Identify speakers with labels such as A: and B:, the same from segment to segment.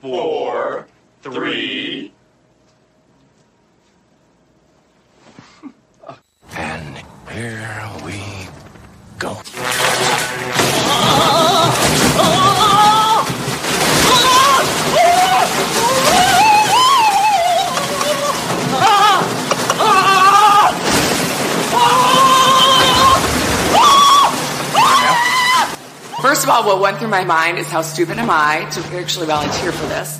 A: four, three.
B: And here we go.
C: First of all, what went through my mind is how stupid am I to actually volunteer for this?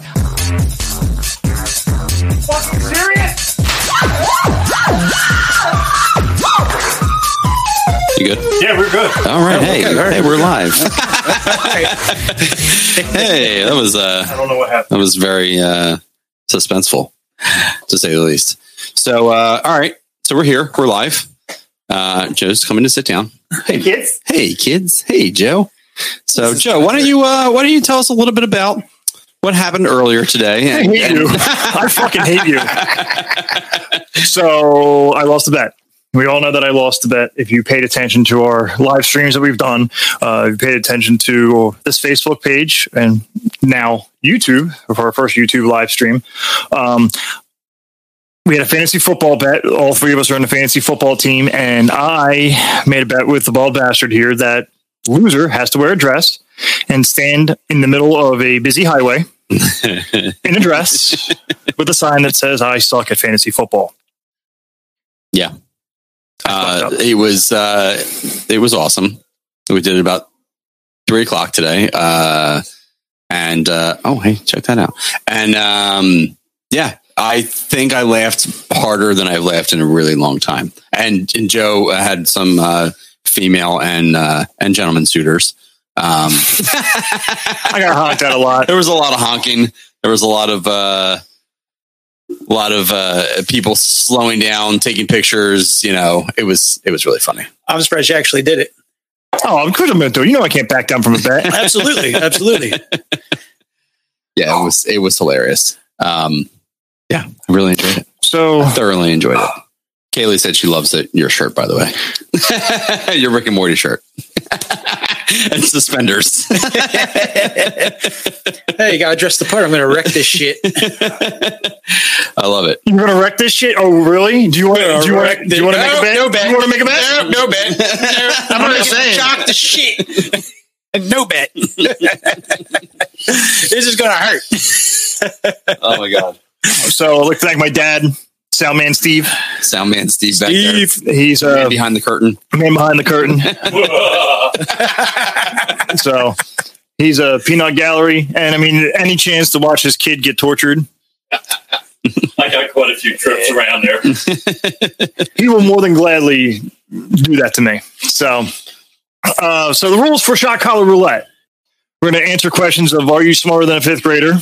D: Fucking serious?
E: You good?
D: Yeah, we're good.
E: All right. hey, hey, we're live. hey, that was uh,
D: I don't know what happened.
E: that was very uh, suspenseful, to say the least. So, uh, all right. So we're here. We're live. Uh, Joe's coming to sit down.
D: Hey, kids.
E: Hey, kids. Hey, Joe. So, Joe, why don't you uh, why don't you tell us a little bit about what happened earlier today?
D: I hate you. I fucking hate you. So I lost a bet. We all know that I lost a bet. If you paid attention to our live streams that we've done, uh, if you paid attention to this Facebook page and now YouTube for our first YouTube live stream. Um, we had a fantasy football bet. All three of us are on the fantasy football team, and I made a bet with the bald bastard here that loser has to wear a dress and stand in the middle of a busy highway in a dress with a sign that says "I suck at fantasy football."
E: Uh, it was uh, it was awesome. We did it about three o'clock today, uh, and uh, oh hey, check that out. And um, yeah, I think I laughed harder than I've laughed in a really long time. And, and Joe had some uh, female and uh, and gentleman suitors. Um,
D: I got honked at a lot.
E: there was a lot of honking. There was a lot of uh, a lot of uh, people slowing down, taking pictures. You know, it was it was really funny.
F: I'm surprised you actually did it.
D: Oh, I'm good. I'm going to do. it. You know, I can't back down from a bet.
F: Absolutely, absolutely.
E: yeah, it was it was hilarious. Um, yeah, I really enjoyed it.
D: So
E: Thoroughly enjoyed it. Kaylee said she loves it. Your shirt, by the way, your Rick and Morty shirt and suspenders.
F: Hey, you gotta dress the part. I'm gonna wreck this shit.
E: I love it.
D: you're going to wreck this shit? Oh, really? Do you want?
F: Gonna
D: Do you
F: wreck
D: want? Do you want to
F: the-
D: make a bet?
F: No, no
D: Do
F: bet.
D: you want to make a bet?
F: no bet. I'm gonna shock the shit. No bet. this is gonna hurt.
E: Oh my god,
D: So I like to thank my dad, Sound Man Steve.
E: Soundman Steve, back there,
D: Steve, he's uh,
E: man
D: a
E: behind the curtain.
D: man behind the curtain. so he's a peanut gallery, and I mean, any chance to watch his kid get tortured,
G: I got quite a few trips around there.
D: he will more than gladly do that to me. So, uh, so the rules for shot collar roulette. We're going to answer questions of Are you smarter than a fifth grader?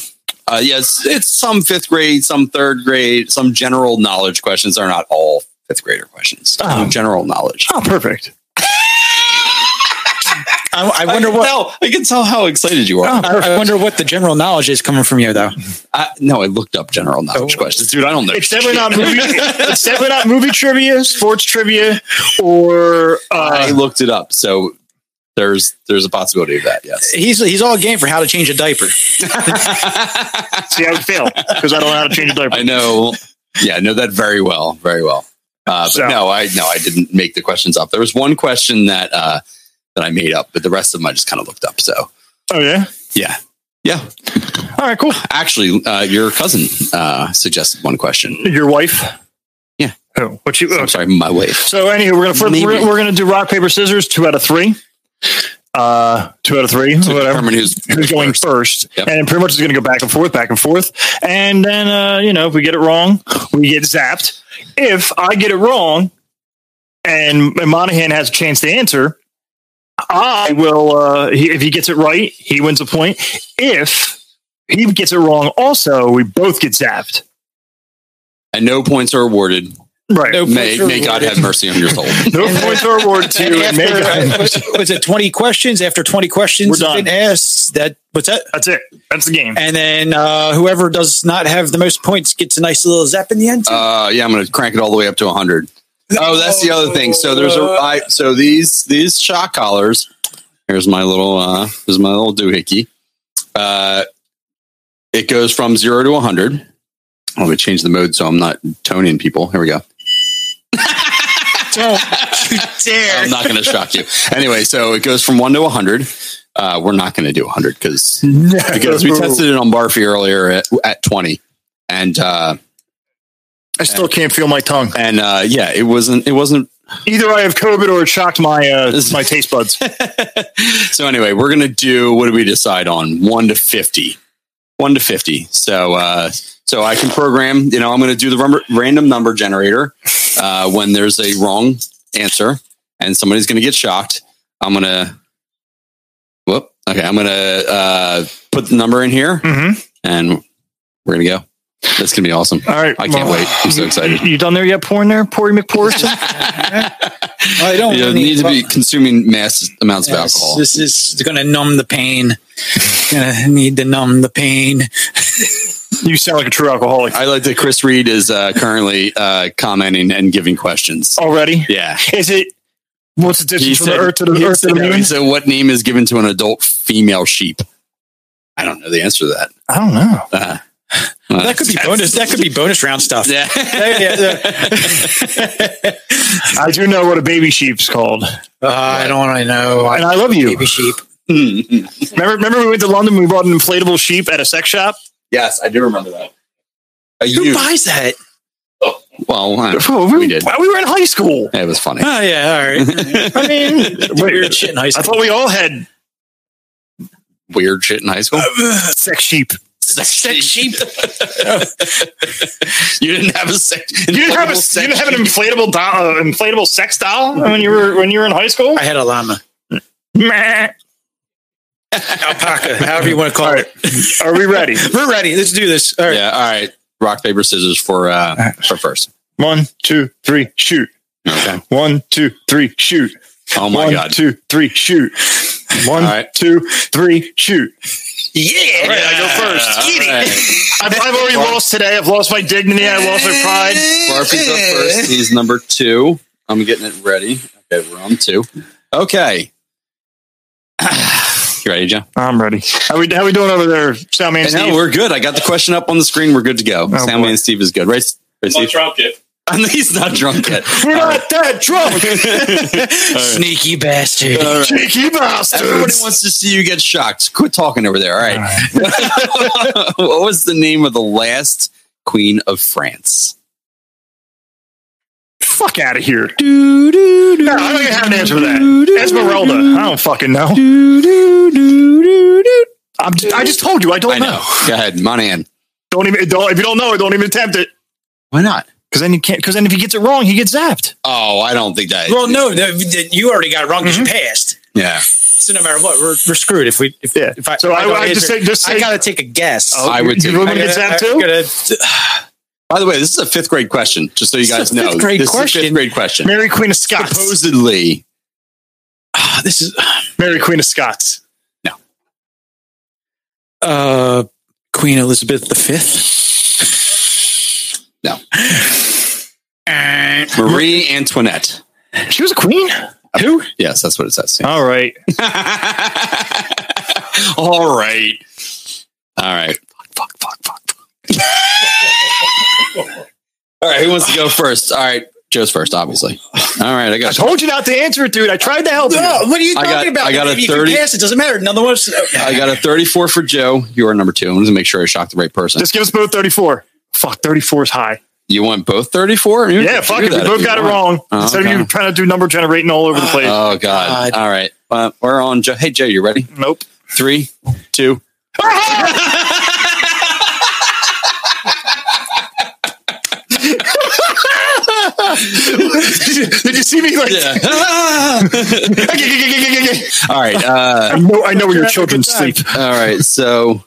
E: Uh, yes, it's some fifth grade, some third grade, some general knowledge questions. They're not all fifth grader questions.
F: Ah.
D: Oh.
E: General knowledge.
D: Oh, perfect.
F: I, I
E: I
F: wonder
E: can
F: what. Ah,
E: tell- I can tell how excited you are.
F: I, I wonder what the general knowledge is coming from you, though.
E: I, no, I looked up general knowledge
F: Oh.
E: questions, dude. I don't know.
D: It's definitely not movie. it's definitely not movie trivia, sports trivia, or
E: I
D: uh,
E: looked it up, so there's there's a possibility of that. Yes.
F: He's he's all game for how to change a diaper.
D: see, I would fail because I don't know how to change a diaper.
E: I know. Yeah, I know that very well, very well. Uh, but
D: So-
E: no, I no, I didn't make the questions up. There was one question that uh, that I made up, but the rest of them I just kind of looked up. So
D: Oh yeah.
E: yeah, yeah.
D: All right, cool.
E: Actually, uh, your cousin uh, suggested one question.
D: Your wife.
E: Yeah.
D: Oh, what you?
E: I'm
D: Okay.
E: sorry, my wife.
D: So anywho, we're gonna first,
E: Maybe.
D: we're, we're gonna do rock paper scissors. Two out of three. Uh, two out of three.
E: To
D: whatever.
E: determine who's,
D: Who's going
E: first.
D: first?
E: Yep.
D: And pretty much it's going to go back and forth, back and forth. And then uh, you know, if we get it wrong, we get zapped. If I get it wrong, and, and Monahan has a chance to answer, I will. Uh, he, if he gets it right, he wins a point. If he gets it wrong, also we both get zapped.
E: And no points are awarded.
D: Right. No,
F: No
E: May,
F: points are
E: may God
F: awarded.
E: have mercy on your soul.
D: points are awarded to you. and
F: After,
D: may God-
F: uh, was it 20 questions? After 20 questions
D: We're
F: have
D: done.
F: been asked, that what's that?
D: That's it. That's the game.
F: And then uh, whoever does not have the most points gets a nice little zap in the end.
E: Uh, yeah, I'm going to crank it all the way up to 100. Oh, that's the other thing. So there's a I, so these these shock collars. Here's my little uh, here's my little doohickey. Uh, It goes from zero to 100. Let me change the mode so I'm not toning people. Here we go.
F: Don't you dare.
E: I'm not going to shock you. Anyway, so it goes from one to 100. Uh, we're not going to do 100 because because we tested it on Barfi earlier at, at 20, and uh,
D: I still can't feel my tongue.
E: and uh, yeah, it wasn't it wasn't
D: Either I have COVID or it shocked my uh, my taste buds.
E: so anyway, we're gonna do what do we decide on? One to fifty. One to fifty. So uh so I can program, you know, I'm gonna do the rumber, random number generator uh when there's a wrong answer and somebody's gonna get shocked. I'm gonna whoop. Okay, I'm gonna uh put the number in here
D: Mhm.
E: and we're gonna go. That's gonna be awesome.
D: All right,
E: I can't
D: well,
E: wait. I'm so
D: You,
E: excited.
D: you done there yet? Pouring there, Pouring McPorson.
F: I don't
E: You
F: really-
E: need to be consuming mass amounts of
F: Yes,
E: alcohol.
F: This is going to numb the pain. gonna need to numb the pain.
D: you sound like a true alcoholic
E: I like that Chris Reed is uh, currently uh, commenting and giving questions.
D: already.
E: Yeah.
D: Is it? What's the
E: He
D: difference from
E: said-
D: the Earth to the
E: he
D: Earth to the
E: said-
D: Moon?
E: he said, what name is given to an adult female sheep? I don't know the answer to that.
D: I don't know.
E: Uh,
F: That could be bonus. That could be bonus round stuff.
E: yeah.
D: I do know what a baby sheep's called.
F: Uh, I don't want to know.
D: And I love you.
F: Baby sheep.
D: Remember, remember we went to London. We bought an inflatable sheep at a sex shop.
E: yes, I do remember that. A
F: Who
E: you.
F: buys that?
E: Well, I-
D: Oh, we,
E: we did.
D: wow, we were in high school.
E: It was funny.
F: Oh yeah, all right.
D: I mean,
F: Weird shit in high
D: I
F: school.
D: thought we all had
E: Weird shit in high school.
D: Uh, sex sheep.
E: sex sheep. you didn't have a sex.
D: You didn't have a you didn't have an inflatable doll, uh, inflatable sex doll when you were when you were in high school.
F: I had a llama,
D: Meh.
F: alpaca, however you want to call
D: All
F: it.
D: Are we ready?
F: We're ready. Let's do this. All right.
E: Yeah. All right. Rock paper scissors for uh for first.
D: One, two, three, shoot.
E: Okay.
D: One, two, three, shoot.
E: Oh
D: One,
E: my god.
D: two, three, shoot. One,
E: All right.
D: two, three, shoot.
F: Yeah.
D: All right, I go first.
E: Eat it.
D: I've, I've already lost today. I've lost my dignity. I lost my pride.
E: Barfi's up first. He's number two. I'm getting it ready. Okay, we're on two. Okay. you ready, John?
D: I'm ready. How we how we doing over there, Sound Man
E: And now
D: Steve?
E: we're good. I got the question up on the screen. We're good to go.
D: Oh,
E: Sam
D: boy.
E: and Steve is good, right? S- right,
G: Not
E: Steve?
G: drunk yet.
E: He's not drunk yet.
D: We're not that drunk,
F: Sneaky bastard.
D: Uh, cheeky
E: Everybody
D: bastards.
E: wants to see you get shocked. Quit talking over there. All right. what was the name of the last queen of France?
D: Fuck out of here. No, I don't even have an answer for that. Esmeralda. I don't fucking know. I'm just, I just told you I don't
E: I
D: know.
E: know. Go ahead, Monahan.
D: Don't even don't if you don't know it, don't even attempt it.
E: Why not?
D: Because then you can't. Because then if he gets it wrong, he gets zapped.
E: Oh, I don't think that.
F: Well, no, th- th- you already got it wrong because you passed.
E: yeah.
F: So no matter what, we're, we're screwed if we. If,
D: Yeah.
F: if I,
D: So I-
F: don't
D: I just
F: answer-
D: say- just
F: I
D: say-
F: gotta take a guess.
E: Oh, I would
D: You
E: too.
D: want
F: I
D: me to get zapped
F: gotta- I
D: too?
F: gotta-
E: By the way, this is a fifth grade question, just so you
F: This is
E: guys
F: a
E: know.
F: fifth grade
E: this
F: question.
E: is a fifth grade question.
D: Mary Queen of Scots.
E: Supposedly,
F: Ah, this is
D: Mary Queen of Scots.
F: uh, Queen Elizabeth V.
E: No.
F: Uh,
E: Marie Antoinette.
D: She was a queen.
F: Who?
E: Yes, that's what it says.
D: All right.
E: All right. All right. Fuck, fuck, fuck, fuck. All right, who wants to go first? All right, Joe's first, obviously. All right, I
D: I
E: got
D: told you not to answer it, dude. I tried to help
F: No,
D: you.
F: what are you
E: I
F: talking
E: got-
F: about?
E: I got a
F: If you
E: 30
F: pass, it doesn't matter. None of us.
E: I got a 34 for Joe. You are number two. I'm going to make sure I shock the right person.
D: Just give us both thirty-four. Fuck, thirty-four is high.
E: You want both 34? You
D: Yeah,
E: can
D: fuck
E: do
D: it. We
E: that if
D: both
E: you
D: got it
E: want.
D: wrong.
E: Oh,
D: Instead
E: okay.
D: of you trying to do number generating all over the place.
E: Oh, God.
F: God.
E: All right. Uh, we're on Joe. Hey, Joe, you ready?
D: nope.
E: Three, two.
D: Did you see me? Like,
E: all right. Uh,
D: I know, I know where your
F: Have a
D: children
F: good time.
D: sleep.
E: all right. So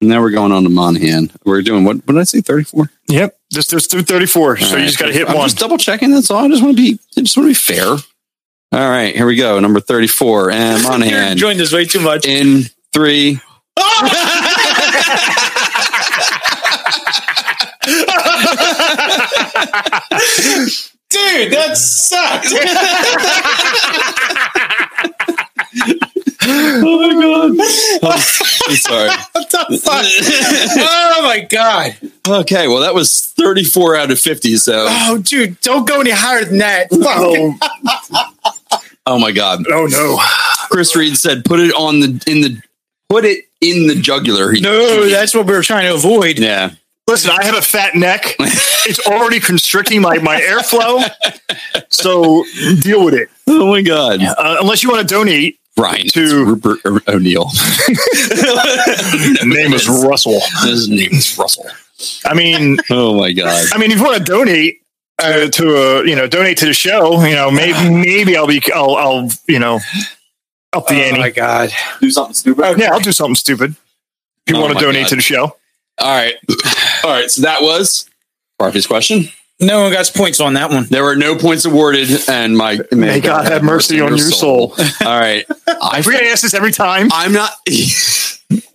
E: now we're going on to Monahan. We're doing what? What did I say? Thirty-four.
D: Yep. There's there's through 34. so you just got to hit
E: I'm
D: one.
E: Just double checking. That's all. I just want to be. I just want to be fair. All right. Here we go. Number thirty-four. And
F: You're
E: Monahan
F: enjoying this way too much.
E: in three.
F: Dude, that sucks.
E: Oh my god! I'm sorry.
F: What the fuck? oh my god!
E: Okay, well, that was 34 out of 50. So,
F: Oh, dude, don't go any higher than that. Fuck.
D: Oh,
E: oh my God.
D: oh no.
E: Chris Reed said, "Put it on the in the put it in the jugular." He-
F: No, that's what we were trying to avoid.
E: yeah.
D: Listen, I have a fat neck. It's already constricting my, my airflow. So deal with it.
E: Oh my God,
D: Uh, unless you want to donate.
E: Brian
D: To-
E: it's Rupert o- O'Neill.
D: The name is Russell.
E: His name is Russell.
D: I mean,
E: Oh my God.
D: I mean, if you want to donate uh, to a, you know, donate to the show, you know, maybe, maybe I'll be, I'll, I'll, you know, up the
F: Oh
D: ante.
F: my god!
G: Do something stupid.
D: yeah, I'll do something stupid. If you
E: Oh
D: want to
E: my
D: donate
E: God.
D: to the show,
E: All right, all right. So that was Barfi's question.
F: No one got points on that one.
E: There were no points awarded, and my
D: may, God, have mercy on your soul.
E: All right, I,
D: We're gonna ask this every time.
E: I'm not.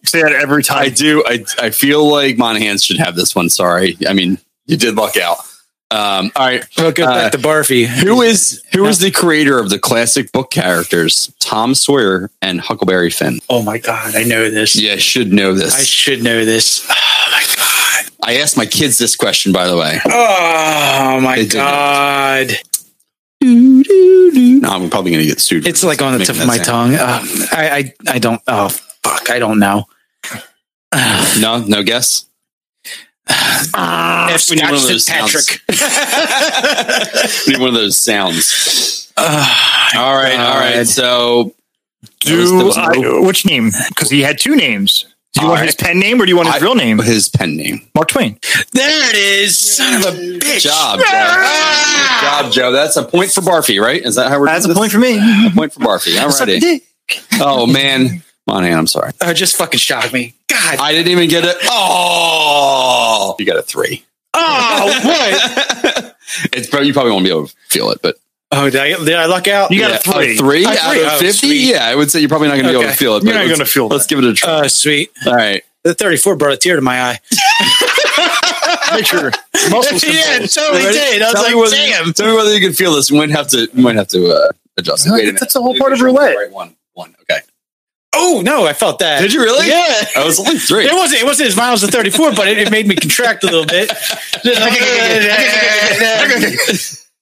D: Say that every
E: I
D: time.
E: do. I I feel like Monahan should have this one. Sorry. I mean, you did luck out. Um, all right.
F: Look at
E: Uh,
F: the Barfy.
E: Who is who is the creator of the classic book characters Tom Sawyer and Huckleberry Finn?
F: Oh my god! I know this.
E: Yeah, I should know
F: I
E: this.
F: should know this.
E: Oh, I asked my kids this question, by the way.
F: Oh my
E: They did
F: god!
E: No, I'm probably going to get sued. for
F: It's like on the
E: making
F: tip
E: that
F: of my
E: sound.
F: tongue. Uh, I, I I don't. Oh fuck! I don't know.
E: No, no guess.
F: F.
E: we need one of
F: Scott
E: those
F: Patrick.
E: We need one of those sounds. all right, all right.
F: God.
E: So, That
D: Do
E: was- that was-
D: I, which name? Because he had two names. Do you want
E: All
D: his pen name or do you want his
E: I-
D: real name?
E: his pen name.
D: Mark Twain.
F: There it is. Son of a
E: Good
F: bitch.
E: job, Joe. Good job, Joe. That's a point for Barfy, right? Is that how we're?
D: That's
E: doing
D: a point
E: this?
D: for me.
E: A point for Barfy. All righty. Oh man, Monahan, I'm sorry.
F: Oh, just fucking shocked me. God.
E: I didn't even get it. Oh, you got a three.
F: oh what?
E: It's probably, you probably won't be able to feel it, but
F: Oh, did I, did I luck out?
D: You got
E: Yeah,
D: a three.
E: a three
F: A
E: out
F: three.
E: of
F: Oh,
E: fifty.
F: sweet.
E: yeah, I would say you're probably not going to be able to
F: Okay.
E: feel it.
D: You're not
E: let's-
D: gonna feel Uh,
E: Let's give it a try.
F: Oh, sweet.
E: All right.
F: The 34 brought a tear to my eye.
D: Make your muscles.
F: yeah, it totally
E: Ready?
F: did. I was
E: Tell me
F: like,
E: whether-
F: damn.
E: Tell me whether you can feel this. We might have to. We might have to uh, adjust it.
D: No,
E: Wait a
D: that's
E: minute.
D: the whole part of
E: Make sure it's the
D: roulette.
E: Right one. One. Okay.
F: Oh, no, I felt that.
E: Did you really?
F: Yeah.
E: I was only three.
F: It wasn't, it wasn't as violent as the 34, but it, it made me contract a little bit.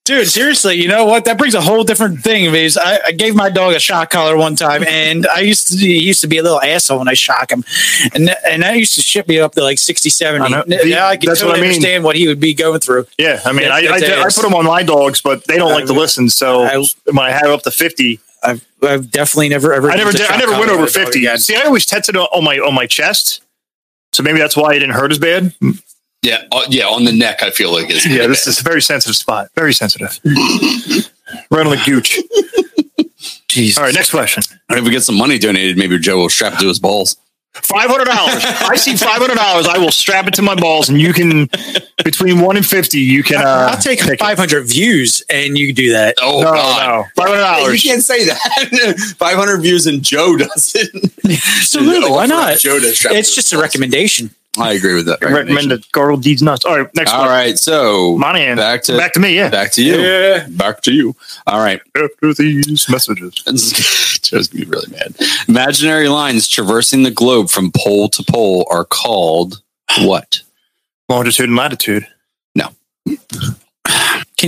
F: Dude, seriously, you know what? That brings a whole different thing. Because I, I gave my dog a shock collar one time, and I used to he used to be a little asshole when I shock him, and that- and that used to shit me up to like 60, 70.
D: I know.
F: now I can
D: That's what
F: totally
D: I mean.
F: understand what he would be going through.
D: Yeah, I mean,
F: Yeah,
D: I, I,
F: that's
D: did- I
F: ass.
D: put them on my dogs, but they don't like to listen. So
F: I-
D: when I have up to fifty,
F: I've, I've definitely never ever.
D: I never
F: used a
D: did. I
F: shock
D: never went
F: collar
D: over
F: with a dog
D: fifty.
F: again.
D: See, I always tested it on my on my chest, so maybe that's why it didn't hurt as bad.
E: Yeah. uh, yeah. On the neck, I feel like it's.
D: Yeah, this is a very sensitive spot. Very sensitive. right on the gooch.
F: Jeez.
D: All right, next question.
E: All right, if we get some money donated, maybe Joe will strap it to his balls.
D: Five hundred dollars. I see five hundred dollars. I will strap it to my balls, and you can between one and fifty. You can. Uh,
F: I'll take
D: pick it.
F: 500 views, and you do that.
E: Oh
D: No,
E: God.
D: no, five hundred
E: You
D: dollars.
E: can't say that. 500 views and Joe doesn't.
F: Absolutely, why not?
E: Joe to strap
F: It's
E: to
F: just a recommendation.
E: I agree with that.
D: Recommend that Garl Deeds nuts. All right, next
E: All
D: one.
E: right, so
D: Monahan.
E: back to back,
D: back to me. Yeah.
E: to you, back to you. All right,
D: After these messages.
E: Joe's gonna be really mad. Imaginary lines traversing the globe from pole to pole are called what?
D: Longitude and latitude.
F: Can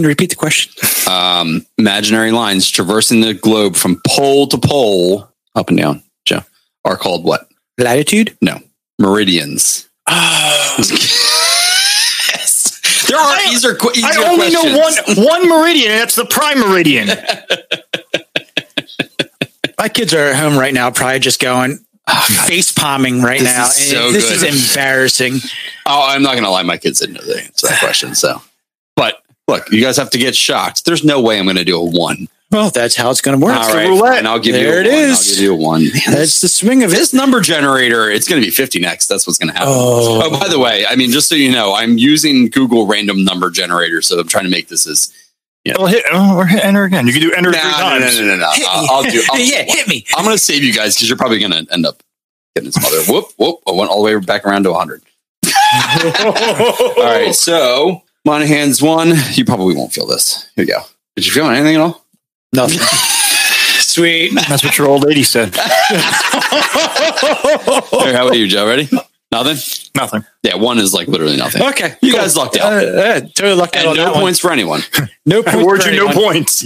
F: you repeat the question?
E: Um, imaginary lines traversing the globe from pole to pole, up and down, Joe, are called what?
F: Latitude?
E: Meridians. yes. There are these are qu- easier
D: Oh. I only
E: questions.
D: know one one meridian, and that's the prime meridian.
F: My kids are at home right now, probably just going
E: Oh,
F: face palming right
E: This
F: now.
E: is
F: and
E: so
F: this
E: good.
F: is embarrassing.
E: Oh, I'm not gonna lie, my kids didn't know the answer to that question. So, but look, you guys have to get shocked. There's no way I'm gonna do a one.
F: Well, that's how it's going to work.
E: All right,
D: roulette.
E: and I'll give you.
F: There
E: a
F: it
E: one.
F: is.
E: I'll give you a one. Man,
F: That's the swing of it.
E: this number generator, it's gonna be 50 next. That's what's gonna happen.
F: Oh,
E: Oh, by the way, I mean, just so you know, I'm using Google random number generator, so I'm trying to make this as.
D: well, hit, oh, or hit enter again. You can do enter
E: Nah,
D: three
E: no, no,
D: times.
E: no, no, no. I'll, I'll do. I'll do
F: yeah,
E: one.
F: hit me.
E: I'm gonna save you guys because you're probably gonna end up getting some other. Whoop, whoop! I went all the way back around to 100. All right, so Monahan's one. You probably won't feel this. Here we go. Did you feel anything at all?
F: Nothing. Sweet.
D: That's what your old lady said.
F: Oh.
E: Here, how about you, Joe? Ready? Nothing.
D: Nothing.
E: Yeah, one is like literally nothing.
F: Okay.
E: You guys lucked
F: Uh,
E: out.
F: yeah, totally lucked out
E: and
F: on
E: no
F: that one.
E: points for anyone.
F: No points.
D: Award
F: for
D: you no
F: anyone.
D: points.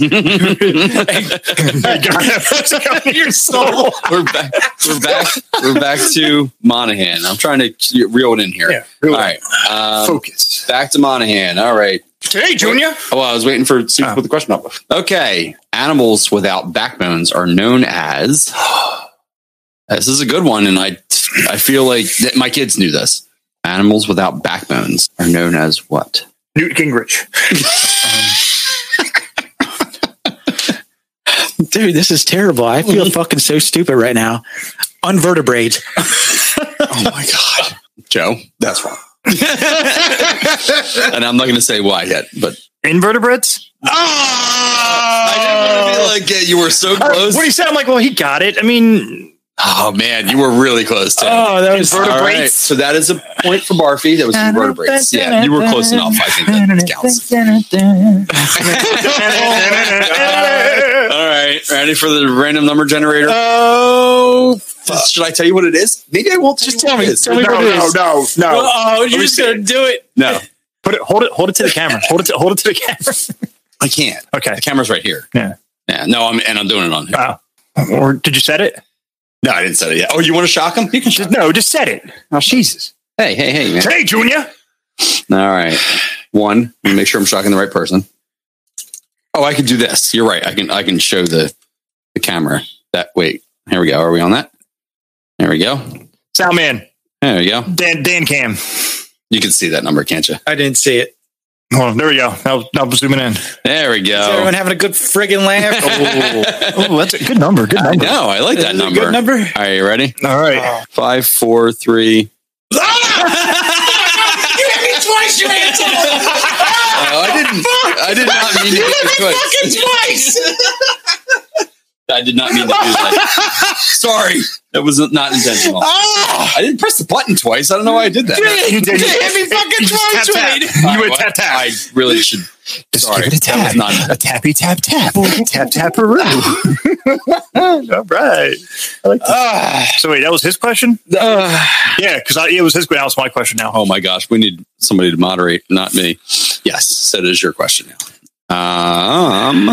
D: You're so
E: We're back. We're back. We're back to Monahan. I'm trying to reel it in here.
D: Yeah, reel it
E: All right. Um,
D: focused.
E: back to Monahan. All right.
D: Hey, Junior.
E: Oh, well, I was waiting for Steve to
D: Oh.
E: put the question up. Okay. Animals without backbones are known as. This is a good one, and I I feel like that my kids knew this. Animals without backbones are known as what?
D: Newt Gingrich.
F: Dude, this is terrible. I
E: Mm-hmm.
F: feel fucking so stupid right now. Unvertebrate.
E: Oh my god, Joe, that's wrong. and I'm not going to say why yet, but
D: Invertebrates?
E: I didn't want to be like yeah, Ah! you were so
D: Uh,
E: close.
D: what do you say? I'm like, well, he got it. I mean,
E: oh man, you were really close. Tim.
F: Oh, that was
E: All
D: vertebrates.
E: right, so that is a point for Barfi. That was vertebrates. Yeah, you were close enough. I think that counts. All right, ready for the random number generator?
F: Oh,
E: Should I tell you what it is? Maybe I won't.
F: Just tell me.
E: It's-
F: Tell me what it is.
D: no, no.
F: Oh, you're
D: me
F: just
D: see
F: gonna do it.
E: No,
D: Put it, hold it, hold it to the camera. Hold it, to, hold it to the camera.
E: I can't.
D: Okay.
E: The camera's right here.
D: Yeah.
E: Yeah. No, I'm and I'm doing it on here.
D: Wow. Or did you set it?
E: No, I didn't set it yet. Oh, you want to shock him? You can. Shock
D: Just, no, just set it. Oh, Jesus.
E: Hey, hey, hey, man.
D: Hey, Junior.
E: All right. One, let me make sure I'm shocking the right person. Oh, I can do this. You're right. I can I can show the the camera. That wait. Here we go. Are we on that? There we go.
D: Sound man.
E: There we go.
D: Dan, Dan Cam.
E: You can see that number, can't you?
F: I didn't see it.
D: Well, there we go. Now, now I'm zooming in.
E: There we
F: Is everyone
E: go.
F: having a good friggin' laugh?
D: Oh, that's a good number. Good
E: I
D: number.
E: know. I like that
F: Is it a
E: number.
F: Good number.
E: Are you ready?
D: All right.
F: Oh.
E: Five, four, three. Oh, I didn't. I did not mean to do twice. I did not mean to do that. Sorry, that was not intentional. I didn't press the button twice. I don't know why I did that.
D: Ah. You did it. You just tap, tap. You went
E: I-
D: tap tap.
E: I really should. Sorry, that was not.
B: A tappy tap tap.
D: tap taparoo. All right. I like that. so wait, that was his question?
E: Uh,
D: yeah, because it was his question. That was my question now.
E: Oh my gosh, we need somebody to moderate, not me. Yes, so that is your question now. Um,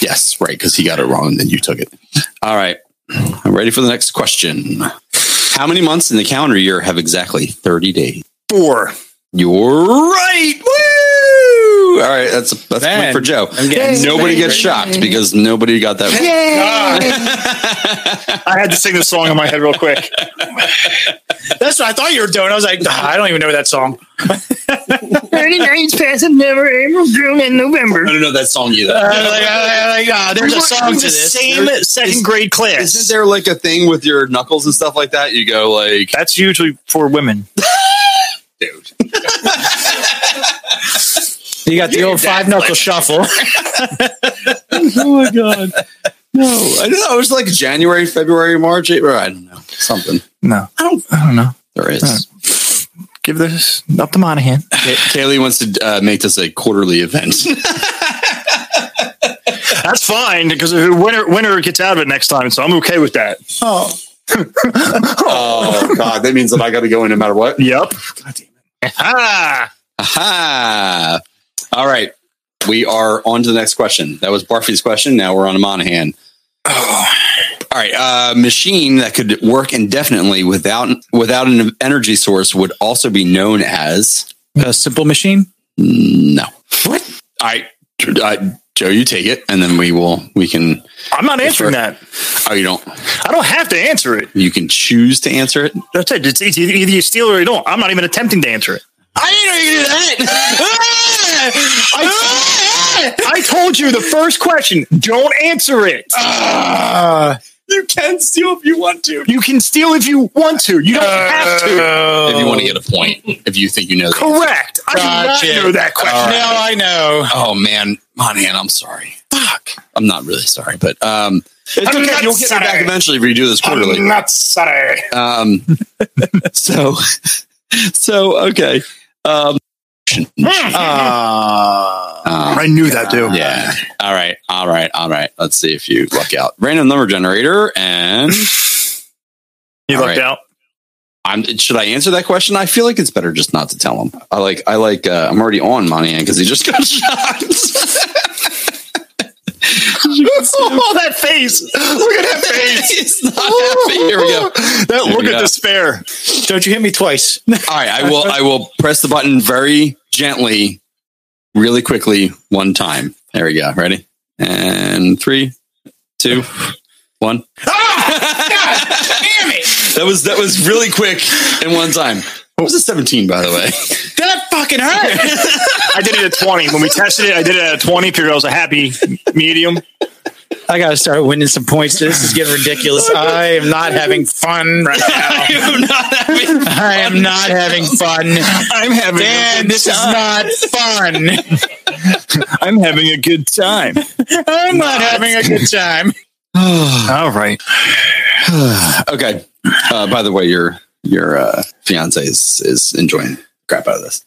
E: yes, right, because he got it wrong, and then you took it. All right, I'm ready for the next question. How many months in the calendar year have exactly 30 days?
D: Four.
E: You're right. Woo! All right, that's a, that's a
F: Man,
E: point for Joe.
F: getting-
E: nobody gets shocked because nobody got that. Right.
D: I had to sing this song in my head real quick.
F: That's what I thought you were doing. I was like, "Ah, I don't even know that song.
E: I don't know that song either.
F: I was like, I was like, "Ah, there's a song to this.
D: Same second grade class.
E: Isn't there like a thing with your knuckles and stuff like that? You go like,
D: That's usually for women.
E: dude.
F: You got the old five knuckle shuffle.
D: Oh my god.
E: No, I know. It was like January, February, March, April. I don't know. Something
D: No, I don't. I don't know.
E: there is.
D: Give this up to Monahan.
E: Kay- Kaylee wants to uh, make this a quarterly event.
D: That's fine because if winner winner gets out of it next time, so I'm okay with that.
F: Oh,
E: oh God, that means that I got to go in no matter what.
D: Yep. Ah,
E: Aha! All right, we are on to the next question. That was Barfi's question. Now we're on to Monahan. All right, uh, machine that could work indefinitely without without an energy source would also be known as.
F: a simple machine.
E: No. What? I, uh, Joe, you take it, and then we will. We can.
D: I'm not answering that.
E: Oh, you don't.
D: I don't have to answer it.
E: You can choose to answer it.
D: That's it. It's, it's either you steal or you don't. I'm not even attempting to answer it.
E: I didn't know you could do that.
D: I told you the first question. Don't answer it.
E: you can steal if you want to.
D: You can steal if you want to. You don't have to.
E: If you want to get a point, if you think you know. That.
D: Correct. I do
F: Gotcha.
D: not know that question.
F: Now I know.
E: Oh man, Monahan, I'm sorry. Fuck. I'm not really sorry, but um, it's
D: I'm
E: okay.
D: not
E: You'll get me
D: sorry.
E: back eventually if you do this quarterly.
D: I'm not sorry.
E: Um, so, so okay. Um, option.
D: Hmm.
F: Uh,
E: Um,
D: I knew that, dude.
E: Yeah. All right. All right. All right. Let's see if you luck out. Random number generator. And
D: You
E: All
D: lucked
E: right.
D: out.
E: I'm, should I answer that question? I feel like it's better just not to tell him. I like, I like, uh, I'm already on Monahan because he just got shot.
D: oh, that face. Look at that face.
E: He's not happy. Here we go.
D: That
E: Here
D: look
E: we
D: at
E: go.
D: despair.
F: don't you hit me twice.
E: All right, I will. I will press the button very gently, really quickly, one time. There we go. Ready? And three, two, one.
F: Ah! Damn it!
E: That was that was really quick in one time. It was a seventeen, by the way.
F: That fucking hurt.
D: I did it at 20. When we tested it, I did it at 20. Figured I was a happy medium.
F: I gotta start winning some points. This is getting ridiculous. I am not having fun right now.
E: I'm not having-
F: I am not having fun.
D: I'm having
F: Dan, this is not fun.
D: I'm having a good time.
F: I'm not having a good time.
D: All right.
E: okay. Uh, by the way, your your uh, fiance is is enjoying the crap out of this.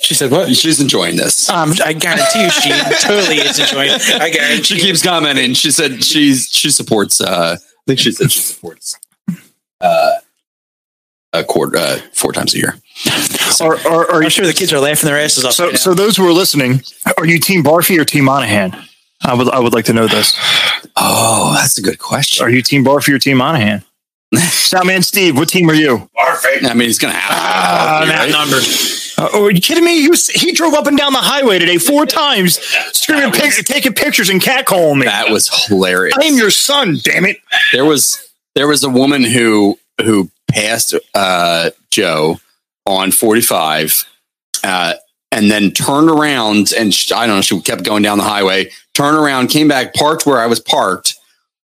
F: She said, "What?"
E: She's enjoying this.
F: Um, I guarantee you, she totally is enjoying. It. I guarantee.
E: she keeps commenting. She said she's she supports. Uh, I think she said she supports uh, a quarter uh, four times a year.
D: Are, are, are
F: I'm
D: you,
F: sure the kids are laughing their asses off.
D: so,
F: right now.
D: so those who are listening, are you Team Barfi or Team Monahan? I would, I would like to know this.
E: Oh, that's a good
D: Are
E: question.
D: you Team Barfi or Team Monahan? Soundman Steve, what team are you?
E: I mean, it's gonna happen. Right?
D: Uh, oh, are you kidding me? He, was, he drove up and down the highway today four times, screaming, pic- taking pictures and catcalling me.
E: That was hilarious.
D: I am your son, damn it.
E: there was there was a woman who who passed uh, Joe on forty five, uh, and then turned around and sh- I don't know. She kept going down the highway. Turned around, came back, parked where I was parked,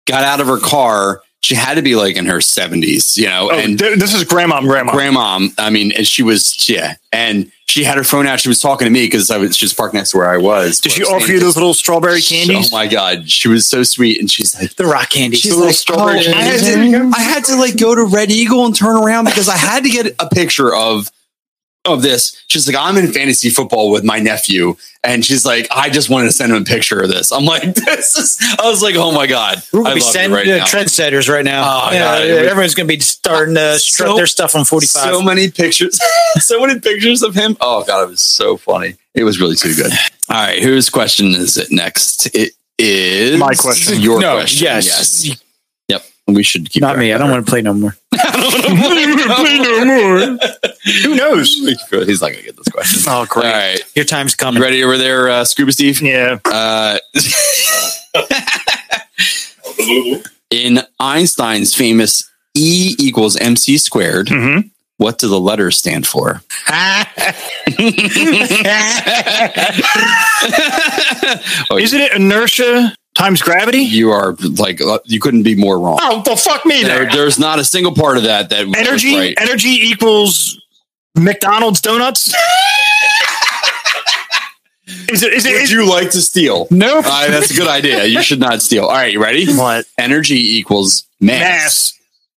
E: got out of her car. She had to be like in her seventies, you know,
D: Oh,
E: and
D: th- this is grandma, grandma.
E: grandmom. I mean, and she was yeah, and she had her phone out. She was talking to me because I was she was parked next to where I was.
D: Did
E: where
D: she
E: I was
D: offer you
E: standing.
D: those little strawberry candies?
E: Oh my god, she was so sweet, and she's like.
F: the rock candy.
E: She's like,
D: strawberry
E: "Oh, I, had
D: cheese."
E: to, I had to like go to Red Eagle and turn around because I had to get a picture of of this. She's like, I'm in fantasy football with my nephew, and she's like, I just wanted to send him a picture of this. I'm like, this is. I was like, oh my god,
F: We're
E: I
F: gonna be
E: love it
F: sending
E: right
F: the
E: now.
F: trendsetters right now.
E: Oh,
F: Yeah,
E: God.
F: everyone's gonna be starting to strut
E: So-
F: their stuff on forty five.
E: so many pictures, so many pictures of him. Oh god, it was so funny. It was really too good. All right, whose question is it next? It is
D: My question.
E: Your question. Yes. Yep. We should keep
F: Not
E: track
F: me. I
E: of
F: don't
E: her.
F: want to play no more.
D: Who knows?
E: He's not gonna get this question.
D: Oh,
E: All
D: great.
E: right.
F: Your time's
E: You
F: coming.
E: ready over there, uh, Scuba Steve?
D: Yeah.
E: Uh,
G: Ooh.
E: in Einstein's famous E equals MC squared,
D: hmm
E: what do the letters stand for? oh,
D: Isn't it inertia times gravity?
E: you are like, uh, you couldn't be more wrong.
D: Oh, well, fuck me
E: There-
D: there.
E: there's not a single part of that that was
D: Energy,
E: right.
D: energy equals McDonald's donuts. is it? Is it?
E: Would
D: Is,
E: you like to steal?
D: no.
E: All right, that's a good idea. You should not steal. All right, you ready?
D: What
E: Energy equals mass,
D: mass?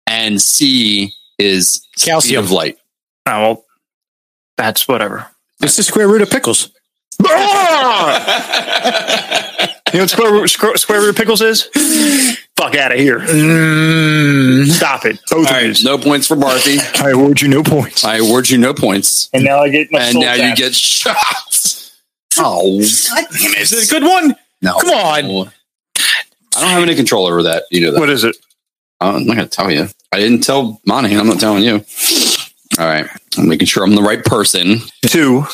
E: and C is speed
F: Calcium.
E: of light.
D: Oh, well, that's whatever.
F: It's the square root of pickles.
D: Ah! you know what square root, square, square root of pickles is? Fuck out of here!
F: Mm,
D: Stop it. Both
E: All
D: of
E: right,
D: yous.
E: no points for Barthy.
D: I award you no points.
E: I award you no points,
D: And now I get my
E: and
D: soul
E: now you
D: back.
E: get shot. Oh,
F: This is a good one.
E: no.
F: Come on.
E: I don't have any control over that. You know that.
D: What is it?
E: I'm not going to tell you. I didn't tell Monahan. I'm not telling you. All right. I'm making sure I'm the right person.
D: Two.